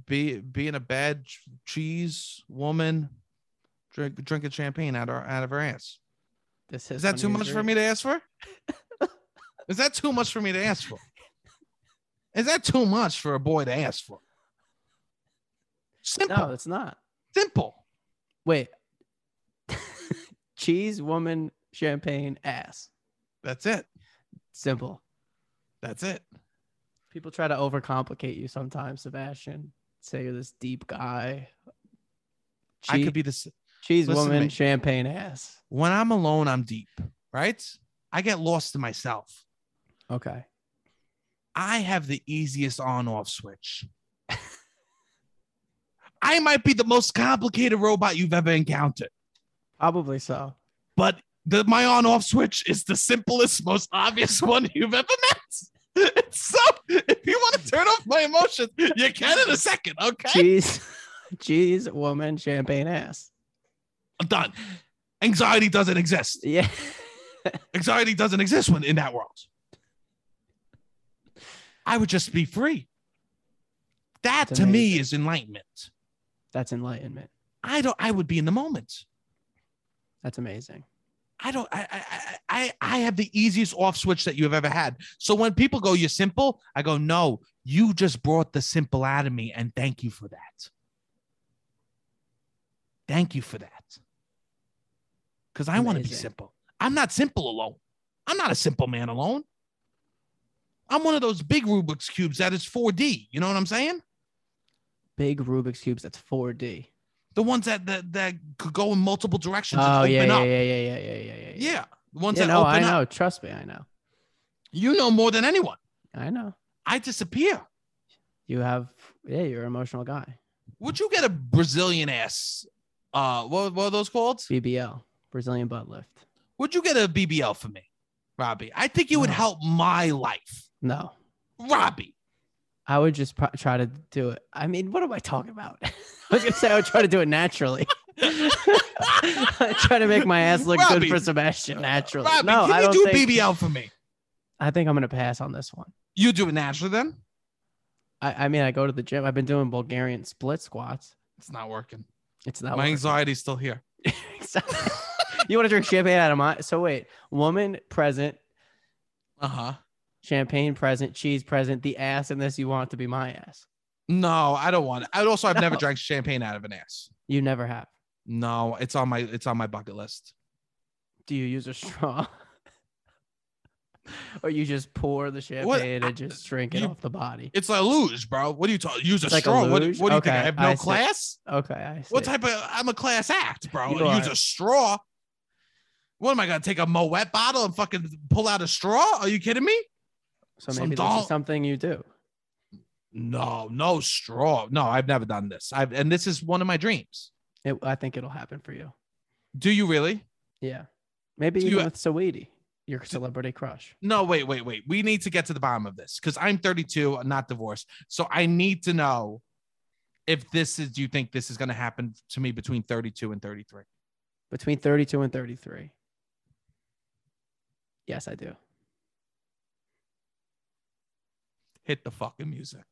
Speaker 1: be being a bad ch- cheese woman, drink drinking champagne out of her, out of her ass.
Speaker 2: This
Speaker 1: Is that too much for me to ask for? Is that too much for me to ask for? Is that too much for a boy to ask for? Simple,
Speaker 2: No, it's not.
Speaker 1: simple.
Speaker 2: Wait. Cheese, woman, champagne, ass.
Speaker 1: That's it.
Speaker 2: Simple.
Speaker 1: That's it.
Speaker 2: People try to overcomplicate you sometimes, Sebastian. Say you're this deep guy.
Speaker 1: I
Speaker 2: Chee-
Speaker 1: could be this
Speaker 2: cheese,
Speaker 1: listen to
Speaker 2: woman,
Speaker 1: me.
Speaker 2: champagne, ass.
Speaker 1: when I'm alone, I'm deep, right? I get lost in myself.
Speaker 2: Okay.
Speaker 1: I have the easiest on off switch. I might be the most complicated robot you've ever encountered,
Speaker 2: Probably so.
Speaker 1: but the, my on off switch is the simplest, most obvious one you've ever met. It's so if you want to turn off my emotions, you can in a second, okay?
Speaker 2: Cheese, cheese, woman, champagne, ass.
Speaker 1: I'm done. Anxiety doesn't exist.
Speaker 2: Yeah.
Speaker 1: anxiety doesn't exist when in that world. I would just be free. That
Speaker 2: It's
Speaker 1: to me
Speaker 2: amazing.
Speaker 1: is enlightenment.
Speaker 2: That's enlightenment.
Speaker 1: I don't. I would be in the moment.
Speaker 2: That's amazing.
Speaker 1: I don't. I. I. I. I I have the easiest off switch that you have ever had. So when people go, "You're simple," I go, "No, you just brought the simple out of me, and thank you for that. Thank you for that. Because I want to be
Speaker 2: Amazing.
Speaker 1: simple. I'm not simple alone. I'm not a simple man alone. I'm one of those big Rubik's cubes that is 4D. You know what I'm saying?
Speaker 2: Big Rubik's cubes. That's 4D.
Speaker 1: The ones that that, that could go in multiple directions. and
Speaker 2: Oh
Speaker 1: open
Speaker 2: yeah, yeah,
Speaker 1: up.
Speaker 2: yeah, yeah, yeah, yeah, yeah, yeah.
Speaker 1: Yeah, the ones
Speaker 2: You
Speaker 1: that
Speaker 2: know,
Speaker 1: open
Speaker 2: I
Speaker 1: up.
Speaker 2: know. Trust me, I know.
Speaker 1: You know more than anyone.
Speaker 2: I know.
Speaker 1: I disappear.
Speaker 2: You have, yeah, you're an emotional guy.
Speaker 1: Would you get a Brazilian ass? Uh, what, what are those called?
Speaker 2: BBL, Brazilian butt lift.
Speaker 1: Would you get a BBL for me, Robbie? I think you would
Speaker 2: No.
Speaker 1: help my life,
Speaker 2: No,
Speaker 1: Robbie.
Speaker 2: I would just pro- try to do it. I mean, what am I talking about? I was gonna say I would try to do it naturally. I try to make my ass look
Speaker 1: Robbie.
Speaker 2: good for Sebastian naturally.
Speaker 1: Robbie,
Speaker 2: no, I
Speaker 1: can you
Speaker 2: don't
Speaker 1: do a
Speaker 2: think,
Speaker 1: BBL for me?
Speaker 2: I think I'm gonna pass on this one.
Speaker 1: You do it naturally, then.
Speaker 2: I, I mean, I go to the gym. I've been doing Bulgarian split squats.
Speaker 1: It's not working.
Speaker 2: It's not
Speaker 1: my
Speaker 2: working.
Speaker 1: anxiety's still here.
Speaker 2: you want to drink champagne out of my? So wait, woman present,
Speaker 1: Uh
Speaker 2: Uh-huh.
Speaker 1: huh.
Speaker 2: champagne present, cheese present, the ass in this you want to be my ass.
Speaker 1: No, I don't want it. I also I've never
Speaker 2: No.
Speaker 1: drank champagne out of an ass.
Speaker 2: You never have.
Speaker 1: No, it's on my it's on my bucket list.
Speaker 2: Do you use a straw? or you just pour the champagne
Speaker 1: I-
Speaker 2: and just drink it
Speaker 1: you-
Speaker 2: off the body?
Speaker 1: It's a luge, bro. What are you talking? Use a
Speaker 2: It's like a
Speaker 1: straw. what, what do you
Speaker 2: luge?
Speaker 1: think? I
Speaker 2: Okay,
Speaker 1: have no
Speaker 2: I see.
Speaker 1: class.
Speaker 2: Okay, I see.
Speaker 1: What type of? I'm a class act, bro.
Speaker 2: You
Speaker 1: Use
Speaker 2: are.
Speaker 1: a straw. What am I gonna take a Moet bottle and fucking pull out a straw? Are you kidding me?
Speaker 2: so
Speaker 1: some
Speaker 2: maybe this
Speaker 1: dog-
Speaker 2: is something you do.
Speaker 1: No, no straw. No, I've never done this. I've and this is one of my dreams.
Speaker 2: It, I think it'll happen for you.
Speaker 1: Do you really?
Speaker 2: Yeah. Maybe
Speaker 1: Do
Speaker 2: even
Speaker 1: you-
Speaker 2: with Saweetie, your celebrity crush.
Speaker 1: No, wait, wait, wait. We need to get to the bottom of this because I'm 32, I'm not divorced. So I need to know if this is. Do you think this is gonna happen to me between 32 and 33?
Speaker 2: Between 32 and 33. Yes, I do.
Speaker 1: Hit the fucking music.